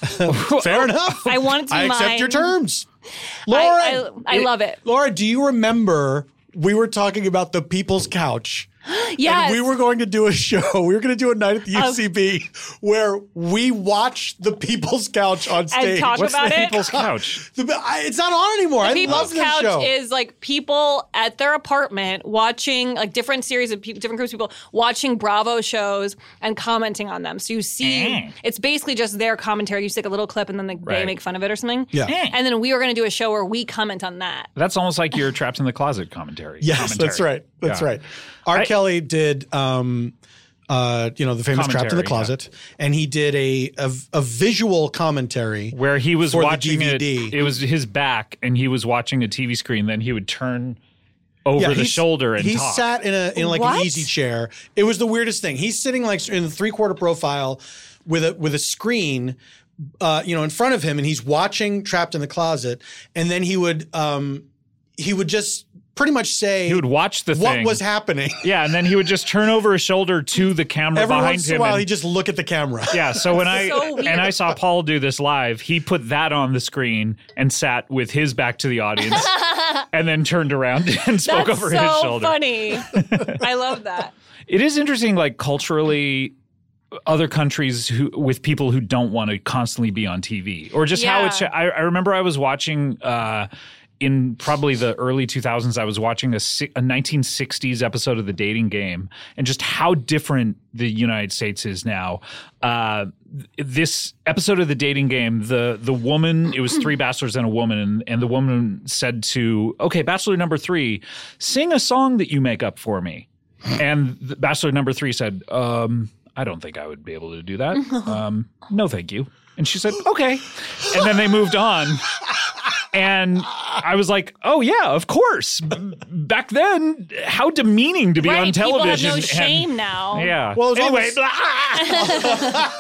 fair enough.
I want it to be
I accept
mine.
your terms, Laura.
I- I love it.
Laura. Do you remember we were talking about the People's Couch? And
Yes.
we were going to do a show. *laughs* We were going to do a night at the UCB where we watch the People's Couch on stage.
talk
What's
about
the
it?
*laughs* people's couch?
The- I- it's not on anymore. I love
People's
this
couch
show.
is like people at their apartment watching like different series of peop different groups of people watching Bravo shows and commenting on them. So you see,
Mm.
it's basically just their commentary. You just take a little clip and then like, they
Right.
make fun of it or something.
Yeah.
Mm.
Eh.
And then we are going to do a show where we comment on that.
That's almost like your trapped in the closet commentary.
yes,
commentary.
that's right. That's
Yeah.
right. R.
I-
Kelly did, um, uh, you know, the famous Trapped in the
Commentary, yeah.
Closet, and he did a, a a visual commentary.
Where he was
For the
watching it,
DVD.
it was his back, and he was watching a TV screen. Then he would turn over the
he's-
shoulder and
he
talk.
sat in a in like
What?
an easy chair. It was the weirdest thing. He's sitting like in the three quarter profile with a with a screen, uh, you know, in front of him, and he's watching Trapped in the Closet, and then he would um he would just pretty much say
He would watch the
what
thing.
was happening.
*laughs* yeah, and then he would just turn over his shoulder to the camera
Every
behind
once in a
him.
while,
and-
he just look at the camera.
yeah, so when I
So weird.
and I saw Paul do this live, he put that on the screen and sat with his back to the
*laughs*
audience, and then turned around *laughs* and spoke
That's
over
so
his shoulder. *laughs*
funny. I love that.
It is interesting, like culturally, other countries who with people who don't want to constantly be on TV, or just how
Yeah.
it's. I, I remember I was watching. Uh, in probably the early 2000s, I was watching a, si- a 1960s episode of The Dating Game, and just how different the United States is now. Uh, th- this episode of The Dating Game, the the woman, it was three bachelors and a woman, and, and the woman said to, "Okay, bachelor number three, sing a song that you make up for me." And the bachelor number three said, um, I don't think I would be able to do
*laughs*
that. Um, no, thank you. And she said, okay. And then they moved on. And I was like, oh, yeah, of course. B- back then, how demeaning to be
right,
on television.
people have no
and-
shame now.
yeah.
Well,
Well,
as long
anyway,
as-
blah.
*laughs*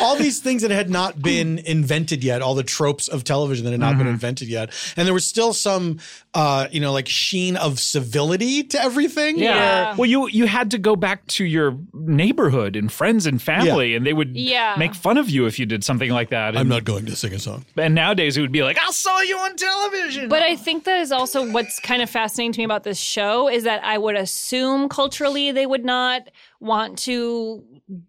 all these things that had not been invented yet, all the tropes of television that had not
Mm-hmm.
been invented yet, and there was still some, uh, you know, like sheen of civility to everything.
Yeah.
Yeah.
Well, you you had to go back to your neighborhood and friends and family, and they would
Yeah.
make fun of you if you did something like that. And,
I'm not going to sing a song.
and nowadays it would be like, I saw you on television.
But I think that is also what's kind of fascinating to me about this show is that I would assume culturally they would not want to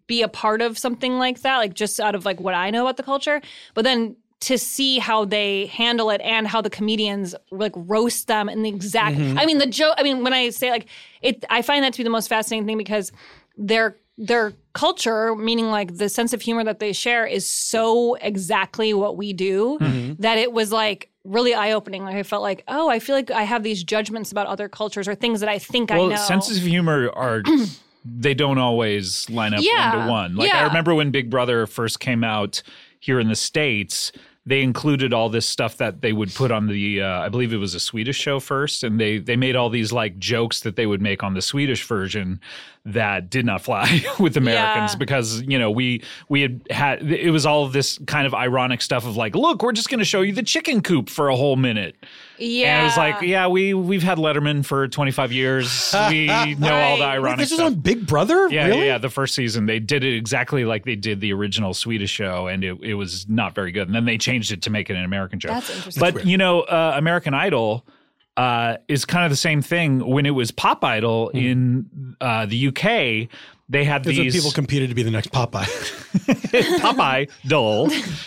be a part of something like that, like just out of like what I know about the culture. But then to see how they handle it and how the comedians like roast them and the exact I mean the joke I mean when I say like it I find that to be the most fascinating thing because their their culture meaning like the sense of humor that they share is so exactly what we do
Mm-hmm.
that it was like really eye-opening like i felt like oh i feel like i have these judgments about other cultures or things that i think
well,
i know
senses of humor
*clears throat*
are they don't always line up one
Yeah,
to one. Like I
yeah.
remember when Big Brother first came out here in the states, they included all this stuff that they would put on the uh, I believe it was a Swedish show first, and they they made all these like jokes that they would make on the Swedish version that did not fly *laughs* with Americans
Yeah.
because you know we we had had it was all this kind of ironic stuff of like look we're just going to show you the chicken coop for a whole minute
yeah
and it was like, yeah, we we've had Letterman for 25 years. We know all the
Right.
ironic
This was
stuff.
on Big Brother.
yeah,
really?
yeah, yeah, the first season they did it exactly like they did the original Swedish show, and it, it was not very good. And then they changed it to make it an American show.
That's interesting.
But you know, uh, American Idol uh, is kind of the same thing. When it was Pop Idol in uh, the UK, they had
That's when
these *laughs*
people competed to be the next Popeye. *laughs*
Pop Idol,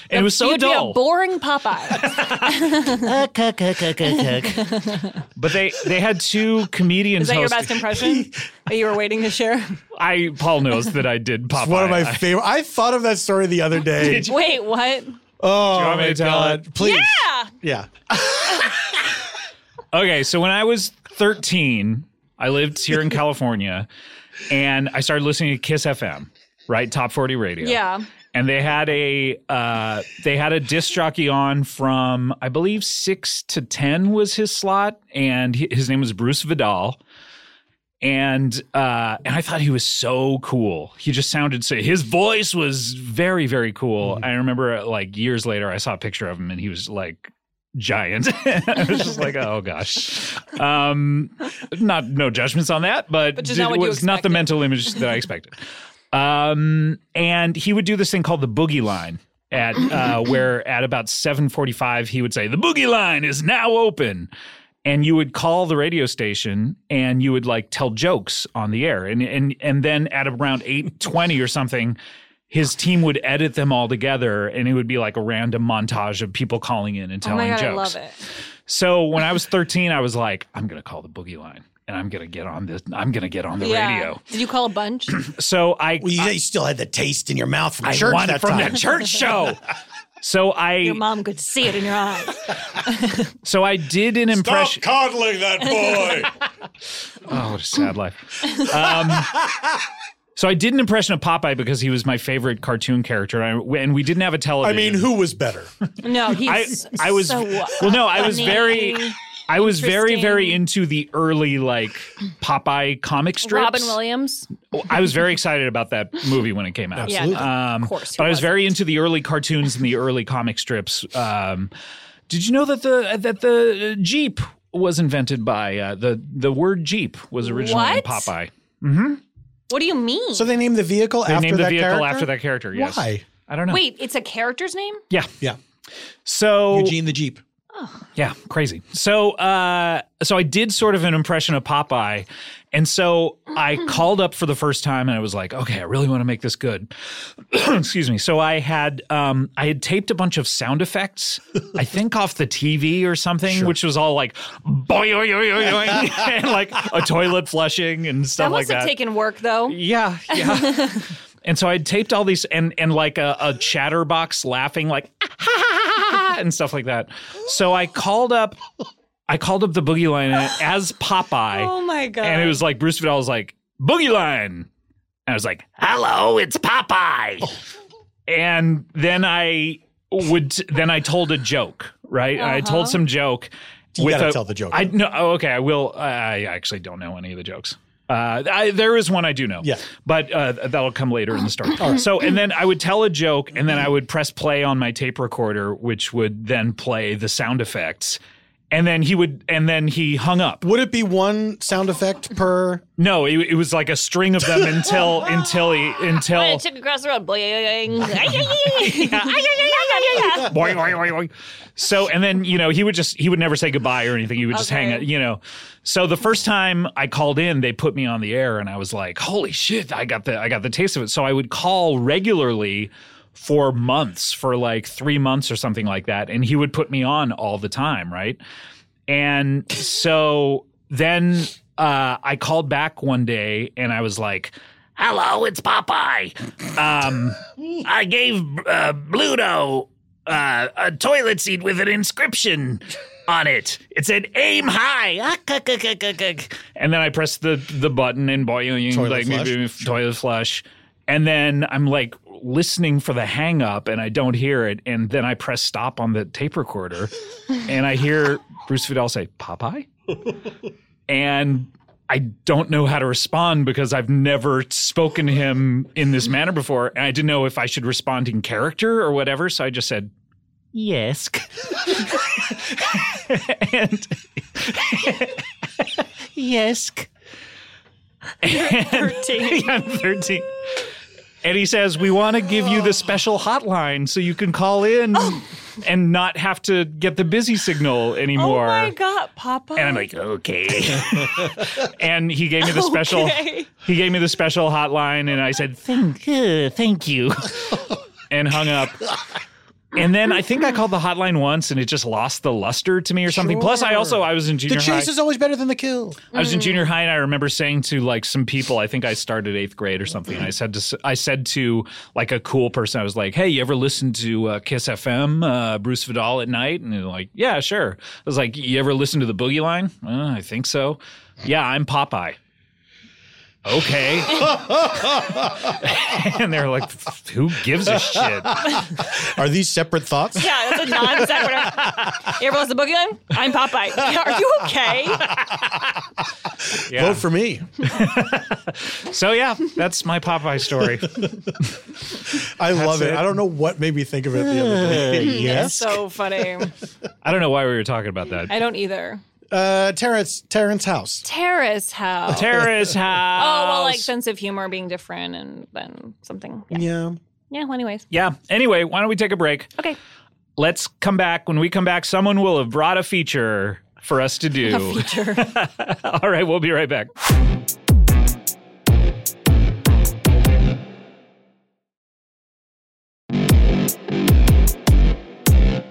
and it was so
You'd
dull.
be a
*laughs*
boring Popeye.
but they they had two comedians.
Is that your
host-
best impression that you were waiting
*laughs*
to share?
I Paul knows that I did Popeye.
One of my
I-
favorite. I thought of that story the other
*laughs*
day.
Wait, what? Ah.
Oh
you want me
my
to tell
god! Please.
Yeah.
Yeah.
Okay, so when I was 13, I lived here in California and I started listening to Kiss FM, right? Top 40 radio.
Yeah.
And they had a uh, they had a disc jockey on from I believe 6 to 10 was his slot and he- his name was Bruce Vidal. And uh, and I thought he was so cool. He just sounded so. His voice was very very cool. I remember like years later, I saw a picture of him, and he was like giant. *laughs* I was just like, oh gosh. Um, not no judgments on that, but,
just not
it
what you
was not the
expected.
mental image that I expected. Um, and he would do this thing called the boogie line at uh, where at about 7:45 he would say the boogie line is now open. And you would call the radio station and you would like tell jokes on the air. And and and then at around 8:20 or something his team would edit them all together and it would be like a random montage of people calling in and
Oh
telling
my god,
jokes.
I love it.
So when I was 13, I was like, I'm going to call the boogie line and I'm going to get on this. I'm going to get on the
yeah.
radio.
Did you call a
*clears throat*
bunch?
So I,
Well, you,
I,
you still had the taste in your mouth from
I
church
won
that
from
time. *laughs*
the church show. So
Your
I,
mom could see it in your eyes.
so I did an impression.
Stop coddling that boy.
Oh, what a sad life. Um, so I did an impression of Popeye because he was my favorite cartoon character, and I- and we didn't have
*laughs*
a
I
television.
mean, who was better?
No,
I,
he's.
I was
so
well. No, I was
funny.
very, I was very, very
Interesting.
into the early like Popeye comic strips.
Robin Williams.
I was very excited about that movie when it came out.
Yeah, no,
Um,
of course.
but
who
I was
wasn't?
very into the early cartoons and uh, the early comic strips. Um, did you know that the that the Jeep was invented by uh, the the word Jeep was originally in
What?
Popeye.
What do you mean?
So they named the vehicle
They
after
named the
that
vehicle
character?
after that character. Yes.
Why?
I don't know.
Wait, it's a character's name?
Yeah.
Yeah.
So
Eugene the Jeep.
Yeah, crazy. So, uh, so I did sort of an impression of Popeye, and so I called up for the first time, and I was like, okay, I really want to make this good. *clears throat* Excuse me. So I had um, I had taped a bunch of sound effects, I think off the TV or something, which was all like boing, oing, oing, oing, *laughs* and like a toilet flushing and stuff
That
like
must
that.
have taken work though.
Yeah, yeah. *laughs* and so I taped all these and and like a, a chatterbox laughing like "Ah, and stuff like that. So I called up I called up the boogie line and as Popeye
Oh my god.
and it was like Bruce Vidal was like, Boogie Line. And I was like, Hello, it's Popeye. And then I would then I told a joke, right? And I told some joke.
You
with
gotta
a-
tell the joke.
I no oh, okay, I will I actually don't know any of the jokes. Uh, I, there is one I do know,
Yeah.
but uh, that'll come later in
*clears throat*
the story. So, and then I would tell a joke, and then I would press play on my tape recorder, which would then play the sound effects, and then he would, and then he hung up.
Would it be one sound effect
*laughs*
per?
No, it, it was like a string of them until until he
When
until
it took across the road.
*laughs*
Boing.
boing, boing, boing, boing. so and then you know he would just he would never say goodbye or anything he would just hang
Okay.
it you know so the first time I called in they put me on the air and I was like holy shit I got the I got the taste of it so I would call regularly for months for like 3 months or something like that and he would put me on all the time right And so then uh, I called back one day and I was like, Hello, it's Popeye. Um, I gave uh, Bluto uh, a toilet seat with an inscription on it. It said, aim high. Ah, cuck, cuck, cuck, cuck, cuck. And then I pressed the, the button and boing,
Toilet
like,
flush.
flush. toilet flush. And then I'm like listening for the hang up and I don't hear it. And then I press stop on the tape recorder and I hear Bruce Fidel say, Popeye? and I don't know how to respond because I've never spoken to him in this manner before. And I didn't know if I should respond in character or whatever. So I just said, Yes. *laughs* and *laughs* yes. *laughs* Yeah, I'm 13. And he says, We want to give you the special hotline so you can call in and not have to get the busy signal
Oh
anymore.
my god, Papa.
And I'm like, okay. *laughs* and he gave me the special.
Okay.
He gave me the special hotline, and I said, thank, uh,
*laughs*
thank you, and hung up. And then I think I called the hotline once, and it just lost the luster to me or something. Plus, I
Sure.
also I was in
The
junior high.
chase is always better than the kill.
I was in
Mm.
junior high, and I remember saying to like some people, I think I started eighth grade or something. And I said to s- I said to like a cool person, I was like, "Hey, you ever listen to uh, Kiss FM, uh, Bruce Vidal at night?" And they're like, "Yeah, sure." I was like, "You ever listen to the Boogie Line?" Uh, I think so. Yeah, I'm Popeye. Okay. *laughs* and they're like, "Who gives a shit?"
Are these separate thoughts?
Yeah,
*laughs*
that's a non sequitur. you ever lost the boogie line? I'm
*laughs*
Popeye. Yeah, Are you okay?
Yeah.
Vote for me.
So yeah, that's my Popeye story.
I love it.
it.
I don't know what made me think of it the other
*laughs*
day.
That's so funny.
I don't know why we were talking about that.
I don't either.
Uh, Terrence Terrence House.
Terrace house.
Terrorist house.
oh, well, like sense of humor being different and then something. Yeah.
Yeah.
yeah well, anyways.
Yeah. Anyway, why don't we take a break?
Okay.
Let's come back. When we come back, someone will have brought a feature for us to
*laughs*
do.
Feature.
*laughs* All right, we'll be right back.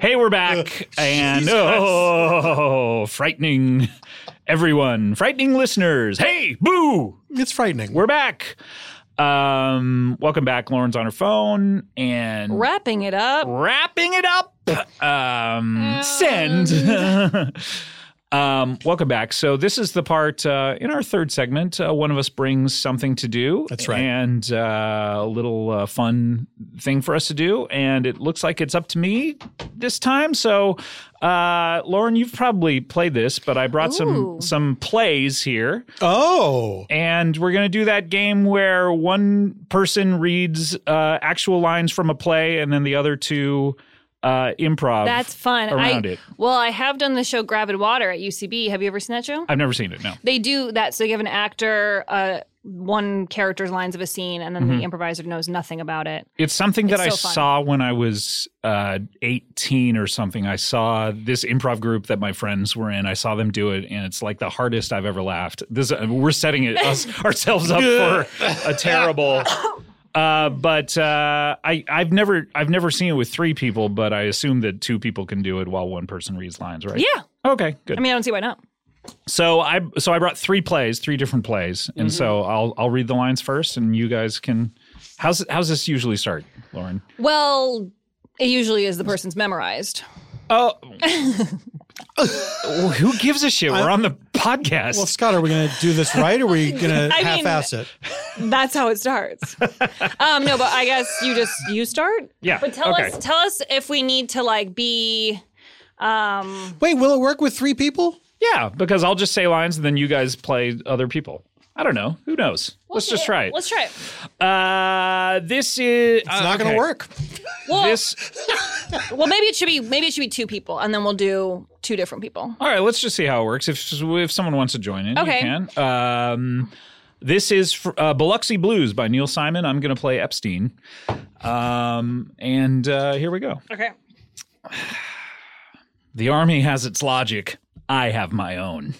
Hey, we're back. and oh, frightening everyone, frightening listeners. Hey, boo.
It's frightening.
We're back. Um, welcome back. Lauren's on her phone and
Wrapping it up. Oh,
wrapping it up. Um, send. *laughs* um, welcome back. So this is the part uh, in our third segment. Uh, one of us brings something to do.
That's right.
and uh, a little uh, fun thing for us to do. And it looks like it's up to me this time. So, uh, Lauren, you've probably played this, but I brought
Ooh.
some some plays here.
oh.
And we're going to do that game where one person reads uh, actual lines from a play and then the other two uh, improv.
That's fun.
Around
I,
it.
Well, I have done the show Gravid Water at UCB. Have you ever seen that show?
I've never seen it. No.
they do that. So they give an actor uh, one character's lines of a scene, and then
Mm-hmm.
the improviser knows nothing about it.
It's something that
It's
I
so fun.
saw when I was uh, 18 or something. I saw this improv group that my friends were in. I saw them do it, and it's like the hardest I've ever laughed. This uh, we're setting it
*laughs*
us, ourselves up for a terrible. Uh, but uh, I, I've never, I've never seen it with three people. But I assume that two people can do it while one person reads lines, right?
Yeah.
Okay. Good.
I mean, I don't see why not.
so I, so I brought three plays, three different plays, and so
Mm-hmm.
I'll, I'll read the lines first, and you guys can. How's, how's this usually start, Lauren?
Well, it usually is the person's memorized.
Oh. Well, Who gives a shit? We're on the podcast.
Well, Scott, are we going to do this right or are
*laughs*
we going to
I mean-
half-ass it?
That's how it starts.
*laughs*
um, no, but I guess you just you start.
Yeah,
But tell
okay.
us tell us if we need to like be. Um,
Wait, will it work with three people?
yeah, because I'll just say lines and then you guys play other people. I don't know. Who knows? let's just try it.
Let's try it.
uh, this is. uh,
It's not going to work.
Well,
This.
well, maybe it should be maybe it should be two people, and then we'll do two different people.
All right, let's just see how it works. If if someone wants to join in,
Okay.
you can. Um, this is fr- uh, Biloxi Blues by Neil Simon. I'm going to play Epstein. Um, and uh, here we go.
Okay.
The army has its logic. I have my own.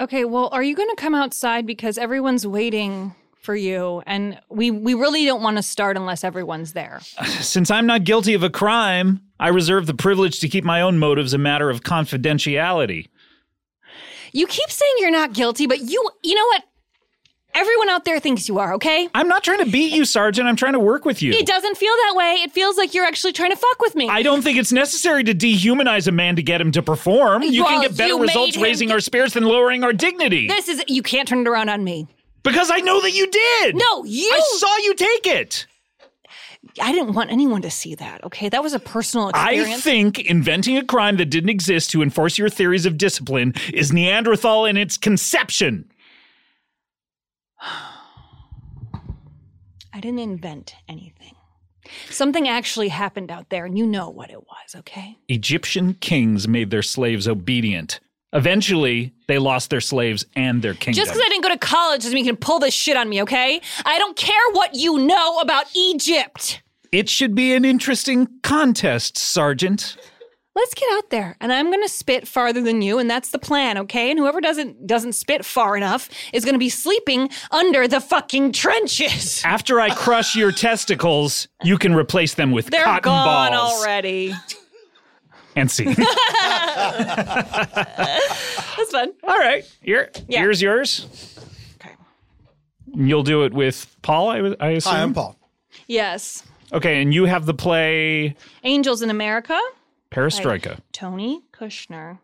Okay, well, are you going to come outside because everyone's waiting for you and we we really don't want to start unless everyone's there.
Since I'm not guilty of a crime, I reserve the privilege to keep my own motives a matter of confidentiality.
You keep saying you're not guilty, but you you know what? Everyone out there thinks you are, okay?
I'm not trying to beat you, Sergeant. I'm trying to work with you.
It doesn't feel that way. It feels like you're actually trying to fuck with me.
I don't think it's necessary to dehumanize a man to get him to perform. You can
Well,
get better
you made
results
him
raising
get-
our spirits than lowering our dignity.
this is you can't turn it around on me.
because I know that you did.
No, you
I saw you take it.
I didn't want anyone to see that, okay? That was a personal
I
experience.
think inventing a crime that didn't exist to enforce your theories of discipline is Neanderthal in its conception.
I didn't invent anything. Something actually happened out there and you know what it was, okay?
Egyptian kings made their slaves obedient. Eventually, they lost their slaves and their kingdom.
Just because I didn't go to college doesn't mean you can pull this shit on me, okay? I don't care what you know about Egypt.
it should be an interesting contest, Sergeant.
Let's get out there, and I'm gonna spit farther than you, and that's the plan, okay? And whoever doesn't doesn't spit far enough is gonna be sleeping under the fucking trenches. *laughs*
After I crush your testicles, you can replace them with
They're
cotton
gone
balls.
already.
And see. *laughs*
That's fun.
All right, here,
Yeah.
here's yours.
Okay.
You'll do it with Paul, I, I assume.
Hi, I'm Paul.
Yes.
Okay, and you have the play
Angels in America.
Perestroika.
Tony Kushner.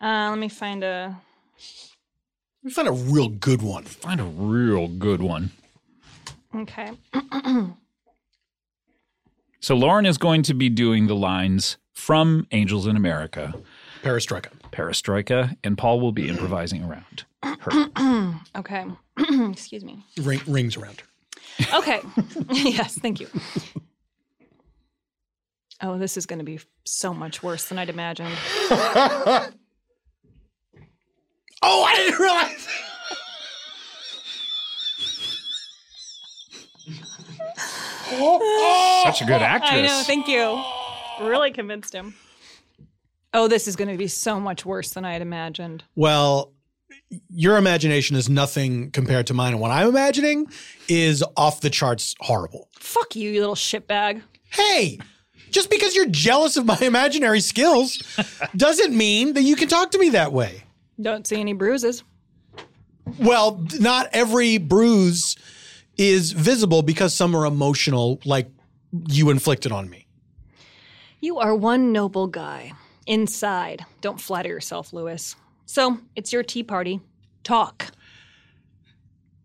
Uh, let me find a.
We found a real good one.
Find a real good one.
Okay.
So Lauren is going to be doing the lines from Angels in America.
Perestroika.
Perestroika, and Paul will be improvising around her.
Okay. *clears throat* Excuse me.
Ring, rings around.
*laughs* Okay. yes, thank you. Oh, this is going to be so much worse than I'd imagined.
Oh, I didn't realize.
Such a good actress.
*laughs* I know, thank you. Really convinced him. Oh, this is going to be so much worse than I had imagined.
Well, your imagination is nothing compared to mine, and what I'm imagining is off the charts horrible.
Fuck you, you little shitbag.
Hey, just because you're jealous of my imaginary skills doesn't mean that you can talk to me that way.
Don't see any bruises.
Well, not every bruise is visible because some are emotional, like you inflicted on me.
You are one noble guy. Inside. Don't flatter yourself, Lewis. So, it's your tea party. Talk.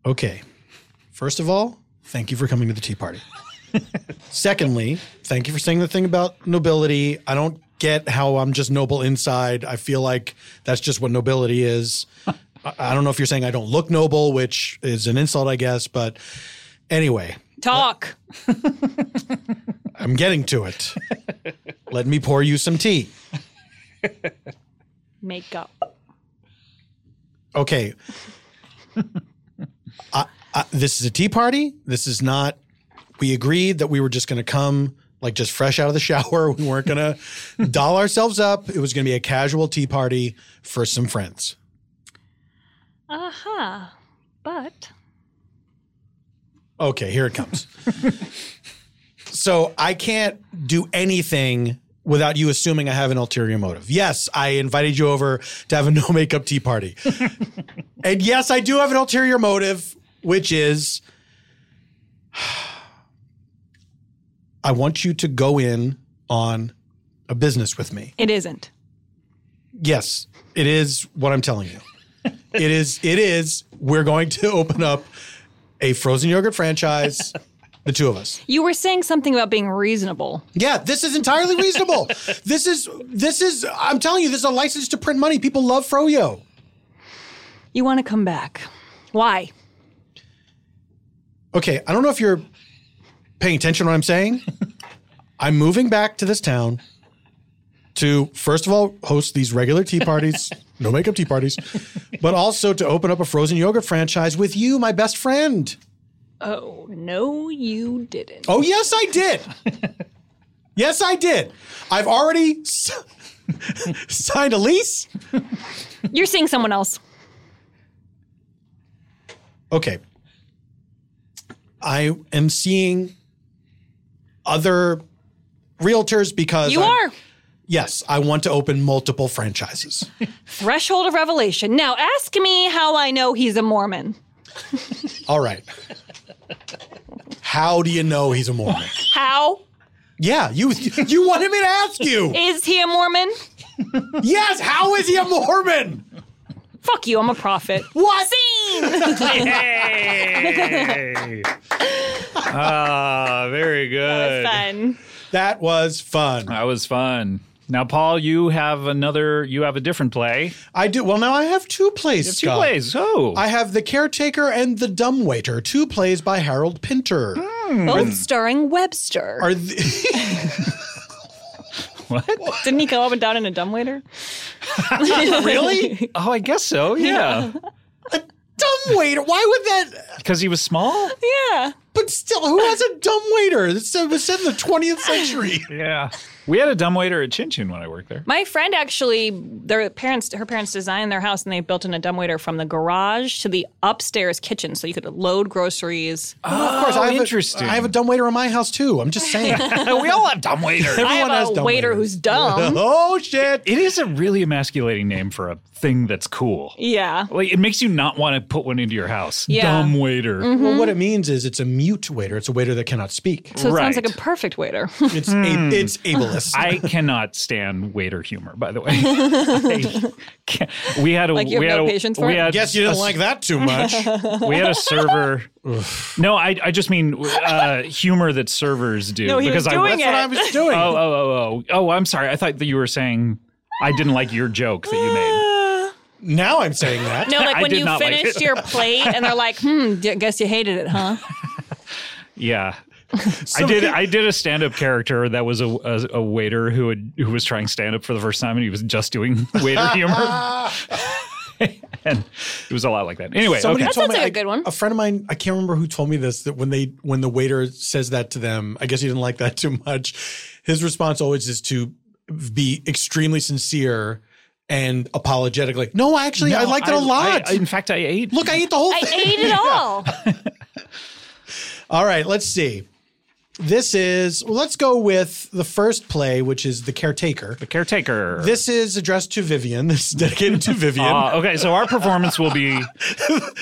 Okay. First of all, thank you for coming to the tea party. Secondly, thank you for saying the thing about nobility. I don't get how I'm just noble inside. I feel like that's just what nobility is. I, I don't know if you're saying I don't look noble, which is an insult, I guess, but anyway,
Talk.
I'm getting to it. Let me pour you some tea.
Makeup.
Okay. I, I, this is a tea party. This is not. We agreed that we were just going to come like just fresh out of the shower. *laughs* We weren't going to doll ourselves up. It was going to be a casual tea party for some friends.
Uh huh. But
Okay, here it comes. *laughs* so I can't do anything without you assuming I have an ulterior motive. Yes, I invited you over to have a *laughs* no makeup tea party. and yes, I do have an ulterior motive, which is *sighs* I want you to go in on a business with me.
it isn't.
Yes, it is what I'm telling you. it is. It is. We're going to open up a frozen yogurt franchise. the two of us.
You were saying something about being reasonable.
Yeah, this is entirely reasonable. this is. This is. I'm telling you, this is a license to print money. People love froyo.
You want to come back. Why?
Okay, I don't know if you're paying attention to what I'm saying. *laughs* I'm moving back to this town to first of all host these regular tea parties, no makeup tea parties, but also to open up a frozen yogurt franchise with you, my best friend.
Oh, no, you didn't.
Oh, yes, I did. yes, I did. I've already s- *laughs* signed a lease.
You're seeing someone else.
Okay. I am seeing other realtors because
You
I'm-
are.
Yes, I want to open multiple franchises.
Threshold of revelation. Now ask me how I know he's a Mormon.
All right. How do you know he's a Mormon?
How
Yeah, you you wanted me to ask you.
is he a Mormon?
Yes, how is he a Mormon?
Fuck you, I'm a *laughs* prophet.
What?
Scene!
Yay!
*laughs*
Ah, very good.
Fun.
That was fun.
That was fun. Now, Paul, you have another. You have a different play.
I do. Well, now I have two plays.
Two
Scott.
plays. Oh,
I have The Caretaker and The Dumb Waiter, two plays by Harold Pinter.
Both starring Webster.
Hmm. Are th- *laughs*
what?
Didn't he go up and down in a dumbwaiter?
really?
*laughs* Oh, I guess so. *laughs* Yeah,
dumb waiter? Why would that?
because he was small.
Yeah.
But still, who has a dumb waiter? This was set in the 20th
*laughs*
century.
Yeah, we had a dumb waiter at Chin Chin when I worked there.
My friend actually, their parents, her parents designed their house, and they built in a dumbwaiter from the garage to the upstairs kitchen, so you could load groceries.
of course, I have
interesting.
A, I have a dumb waiter in my house too. I'm just
*laughs*
saying.
*laughs* we all have dumb waiters.
I
everyone has
have a
dumb
waiter
waiters.
who's dumb.
oh shit!
*laughs* It is a really emasculating name for a thing that's cool.
yeah.
Like it makes you not want to put one into your house.
Yeah. Mm-hmm.
Dumb waiter.
Well, what it means is it's a mute waiter. It's a waiter that cannot speak.
So it sounds
Right.
like a perfect waiter.
*laughs*
It's a, it's ableist.
Hmm.
*laughs*
I cannot stand waiter humor. By the way, I can't- we had a
Like you have
we had
no
a,
patience for
we
it?
Had
guess you didn't like that too much.
*laughs* we
*laughs*
had a server. no, I I just mean uh, humor that servers do.
No, he was
because I
doing
That's what I was doing.
Oh, oh, oh, oh, oh! I'm sorry. I thought that you were saying I didn't like your joke that you
*laughs*
made.
Now I'm saying that.
no, like
I
when
did
you
not like
finished
it.
your plate, and they're like, "Hmm, d- guess you hated it, huh?"
Yeah. I did. I did a stand-up character that was a, a, a waiter who had, who was trying stand-up for the first time, and he was just doing
*laughs*
waiter humor, *laughs* and it was a lot like that. Anyway,
Somebody
okay.
told
sounds
me
like a
I-
good one.
A friend of mine, I can't remember who told me this. That when they when the waiter says that to them, I guess he didn't like that *laughs* too much. His response always is to be extremely sincere and apologetic. Like, no, actually, I liked it a lot.
I- in fact, I ate.
Look, I ate the whole
I
thing.
ate *laughs* it all.
All right, let's see. This is well, let's go with the first play, which is the caretaker.
the caretaker.
This is addressed to Vivian. *laughs* This is dedicated to Vivian.
Ah, okay, so our performance will
*laughs*
be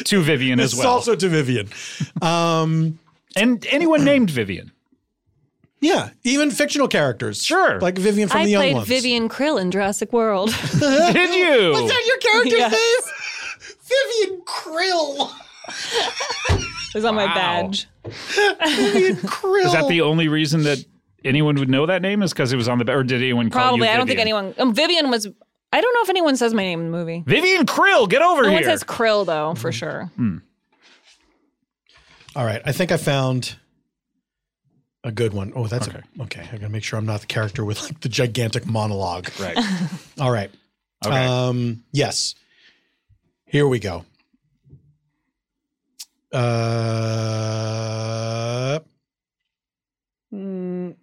to Vivian
this
as
is
well,
also to Vivian.
and anyone named Vivian.
Yeah, even fictional characters.
Sure.
like Vivian from
I
the Young
played
Ones.
Vivian Krill in Jurassic
*laughs*
World.
Did you?
Is that your character's
Yes.
name? Vivian Krill.
It was on my
Wow.
badge.
Vivian Krill.
*laughs* Is that the only reason that anyone would know that name? Is because it was on the or did anyone call
Probably.
Oh, You
I don't think
Vivian?
anyone. Um, Vivian was. I don't know if anyone says my name in the movie.
Vivian Krill, get over
No
here. Mm-hmm.
one says Krill though, for sure.
All right, I think I found. a good one. Oh, that's okay. A, okay. I gotta make sure I'm not the character with like the gigantic monologue.
Right.
All right.
Okay.
Um, yes. Here we go. Uh, mm,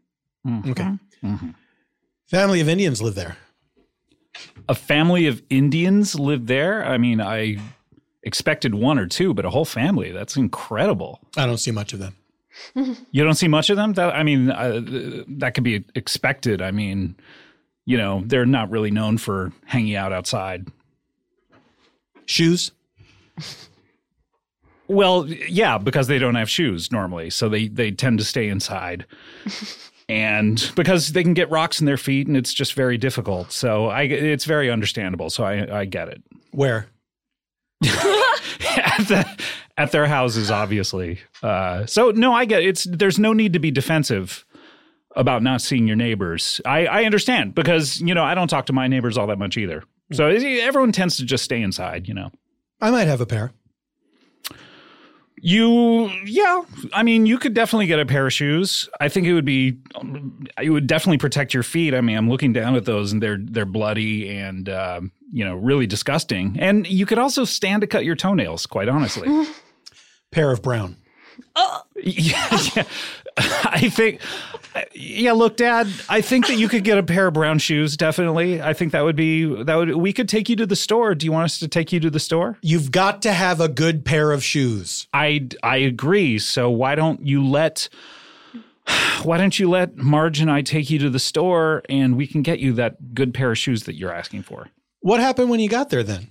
Mhm.
okay.
Mhm.
Family of Indians live there.
A family of Indians lived there. I mean, I expected one or two, but a whole family. That's incredible.
I don't see much of them.
You don't see much of them. That I mean, uh, th- that could be expected. I mean, you know, they're not really known for hanging out outside.
Shoes.
Well, yeah, because they don't have shoes normally, so they they tend to stay inside. and because they can get rocks in their feet and it's just very difficult. So I it's very understandable. So I I get it.
Where?
*laughs* at, the, at their houses obviously. Uh, so no, I get it. it's there's no need to be defensive about not seeing your neighbors. I I understand because, you know, I don't talk to my neighbors all that much either. So everyone tends to just stay inside, you know.
I might have a pair.
You, yeah. I mean, you could definitely get a pair of shoes. I think it would be, um, it would definitely protect your feet. I mean, I'm looking down at those, and they're they're bloody and um, you know really disgusting. And you could also stand to cut your toenails. Quite honestly,
Pair of brown.
yeah, *laughs* yeah. I think, yeah. Look, Dad, I think that you could get a pair of brown shoes. Definitely, I think that would be that would. We could take you to the store. Do you want us to take you to the store?
You've got to have a good pair of shoes.
I I agree. So why don't you let *sighs* why don't you let Marge and I take you to the store and we can get you that good pair of shoes that you're asking for.
What happened when you got there then?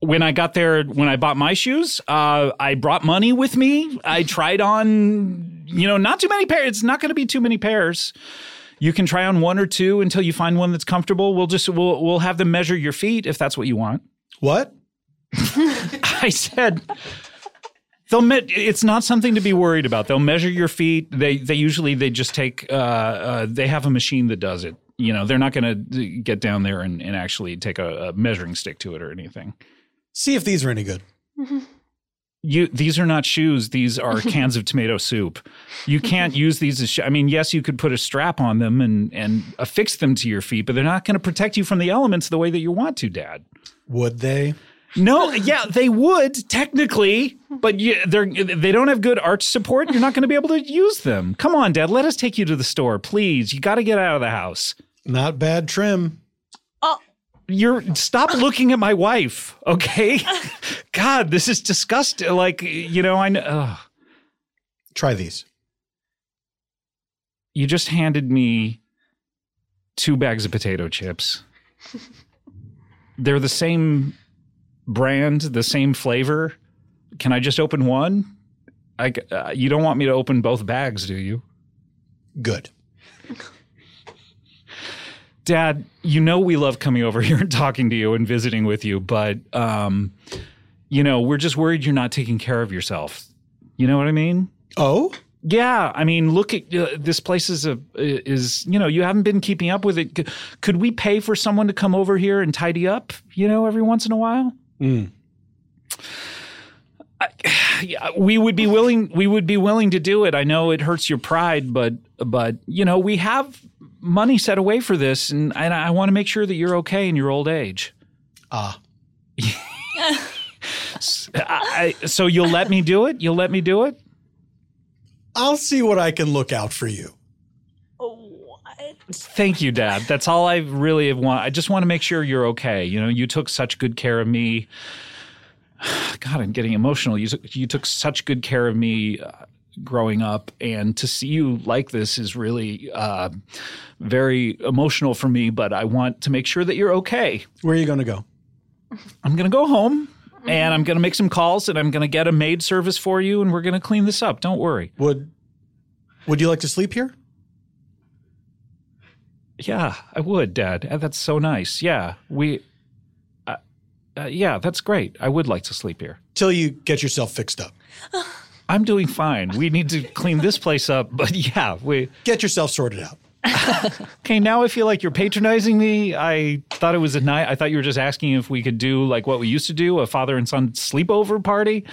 When I got there, when I bought my shoes, uh, I brought money with me. I tried on, you know, not too many pairs. It's not going to be too many pairs. You can try on one or two until you find one that's comfortable. We'll just we'll we'll have them measure your feet if that's what you want. *laughs*
What?
I said they'll me- it's not something to be worried about. They'll measure your feet. They they usually they just take uh, uh they have a machine that does it. You know, they're not going to get down there and, and actually take a, a measuring stick to it or anything.
See if these are any good.
You these are not shoes. These are cans of tomato soup. You can't use these as. Sh- I mean, yes, you could put a strap on them and and affix them to your feet, but they're not going to protect you from the elements the way that you want to, Dad.
Would they?
No, yeah, they would technically, but you, they're they don't have good arch support. You're not going to be able to use them. Come on, Dad, let us take you to the store, please. You got to get out of the house.
Not bad trim.
You're stop looking at my wife, okay? *laughs* God, this is disgusting. Like you know, I know. Ugh.
Try these.
You just handed me two bags of potato chips. They're the same brand, the same flavor. Can I just open one? I, c- uh, you don't want me to open both bags, do you?
Good.
Dad, you know we love coming over *laughs* here and talking to you and visiting with you, but um, you know, we're just worried you're not taking care of yourself. You know what I mean?
Oh,
Yeah, I mean, look at uh, this place is a is you know you haven't been keeping up with it. C- Could we pay for someone to come over here and tidy up? You know, every once in a while. I, yeah, we would be willing. We would be willing to do it. I know it hurts your pride, but but you know we have money set away for this, and and I want to make sure that you're okay in your old age.
ah,
I, I, so you'll let me do it. You'll let me do it.
I'll see what I can look out for you.
Thank you, Dad. That's all I really want. I just want to make sure you're okay. You know, you took such good care of me. *sighs* God, I'm getting emotional. You took, you took such good care of me uh, growing up, and to see you like this is really uh, very emotional for me. But I want to make sure that you're okay.
Where are you going to go?
I'm gonna go home. And I'm going to make some calls and I'm going to get a maid service for you and we're going to clean this up. Don't worry.
Would Would you like to sleep here?
Yeah, I would, Dad. Uh, That's so nice. Yeah, we. Uh, uh, yeah, that's great. I would like to sleep here.
Till you get yourself fixed up.
I'm doing fine. We need to clean this place up, but *laughs* yeah, we.
Get yourself sorted out.
Okay, now I feel like you're patronizing me. I thought it was a night. I thought you were just asking if we could do like what we used to do, a father and son sleepover party.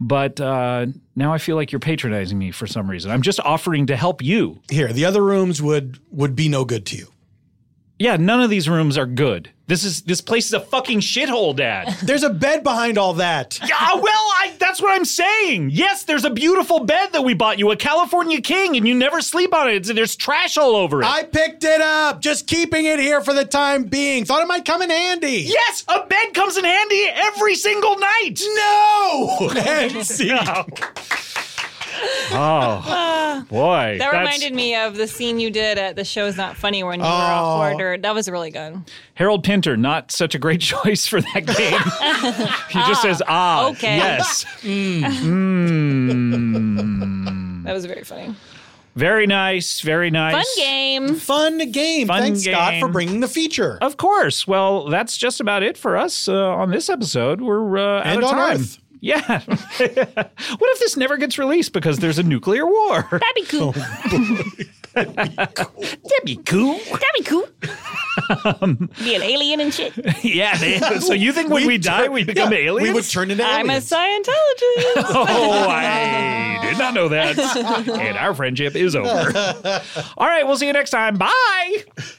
But uh, now I feel like you're patronizing me for some reason. I'm just offering to help you.
Here, the other rooms would would be no good to you.
Yeah, none of these rooms are good. This is this place is a fucking shithole, Dad.
There's a bed behind all that.
Ah, well, I, that's what I'm saying. Yes, there's a beautiful bed that we bought you, a California King, and you never sleep on it. It's, there's trash all over it.
I picked it up, just keeping it here for the time being. Thought it might come in handy.
yes, a bed comes in handy every single night.
No! *laughs*
*laughs*
And see,
No. oh boy,
That
That's-
reminded me of the scene you did at the show's not funny when you were
Oh.
off ordered. That was really good.
Harold Pinter, not such a great *laughs* choice for that game. *laughs* he just says, ah,
okay. *laughs*
yes.
That was very funny.
Very nice, very nice.
Fun game.
fun game.
Fun
Thanks, Scott,
game.
for bringing the feature.
Of course. Well, that's just about it for us uh, on this episode. We're uh,
And
out of
on
time.
Earth.
Yeah. *laughs* what if this never gets released because there's a nuclear war?
That'd be cool.
*laughs* That'd be cool.
That'd be cool. *laughs* be an alien and shit.
*laughs* yeah, man. So you think when we, die, we become
Yeah,
aliens?
We would turn into
I'm a
aliens.
Scientologist.
*laughs* Oh, I did
*laughs*
not know that. and our friendship is over. All right, we'll see you next time. Bye.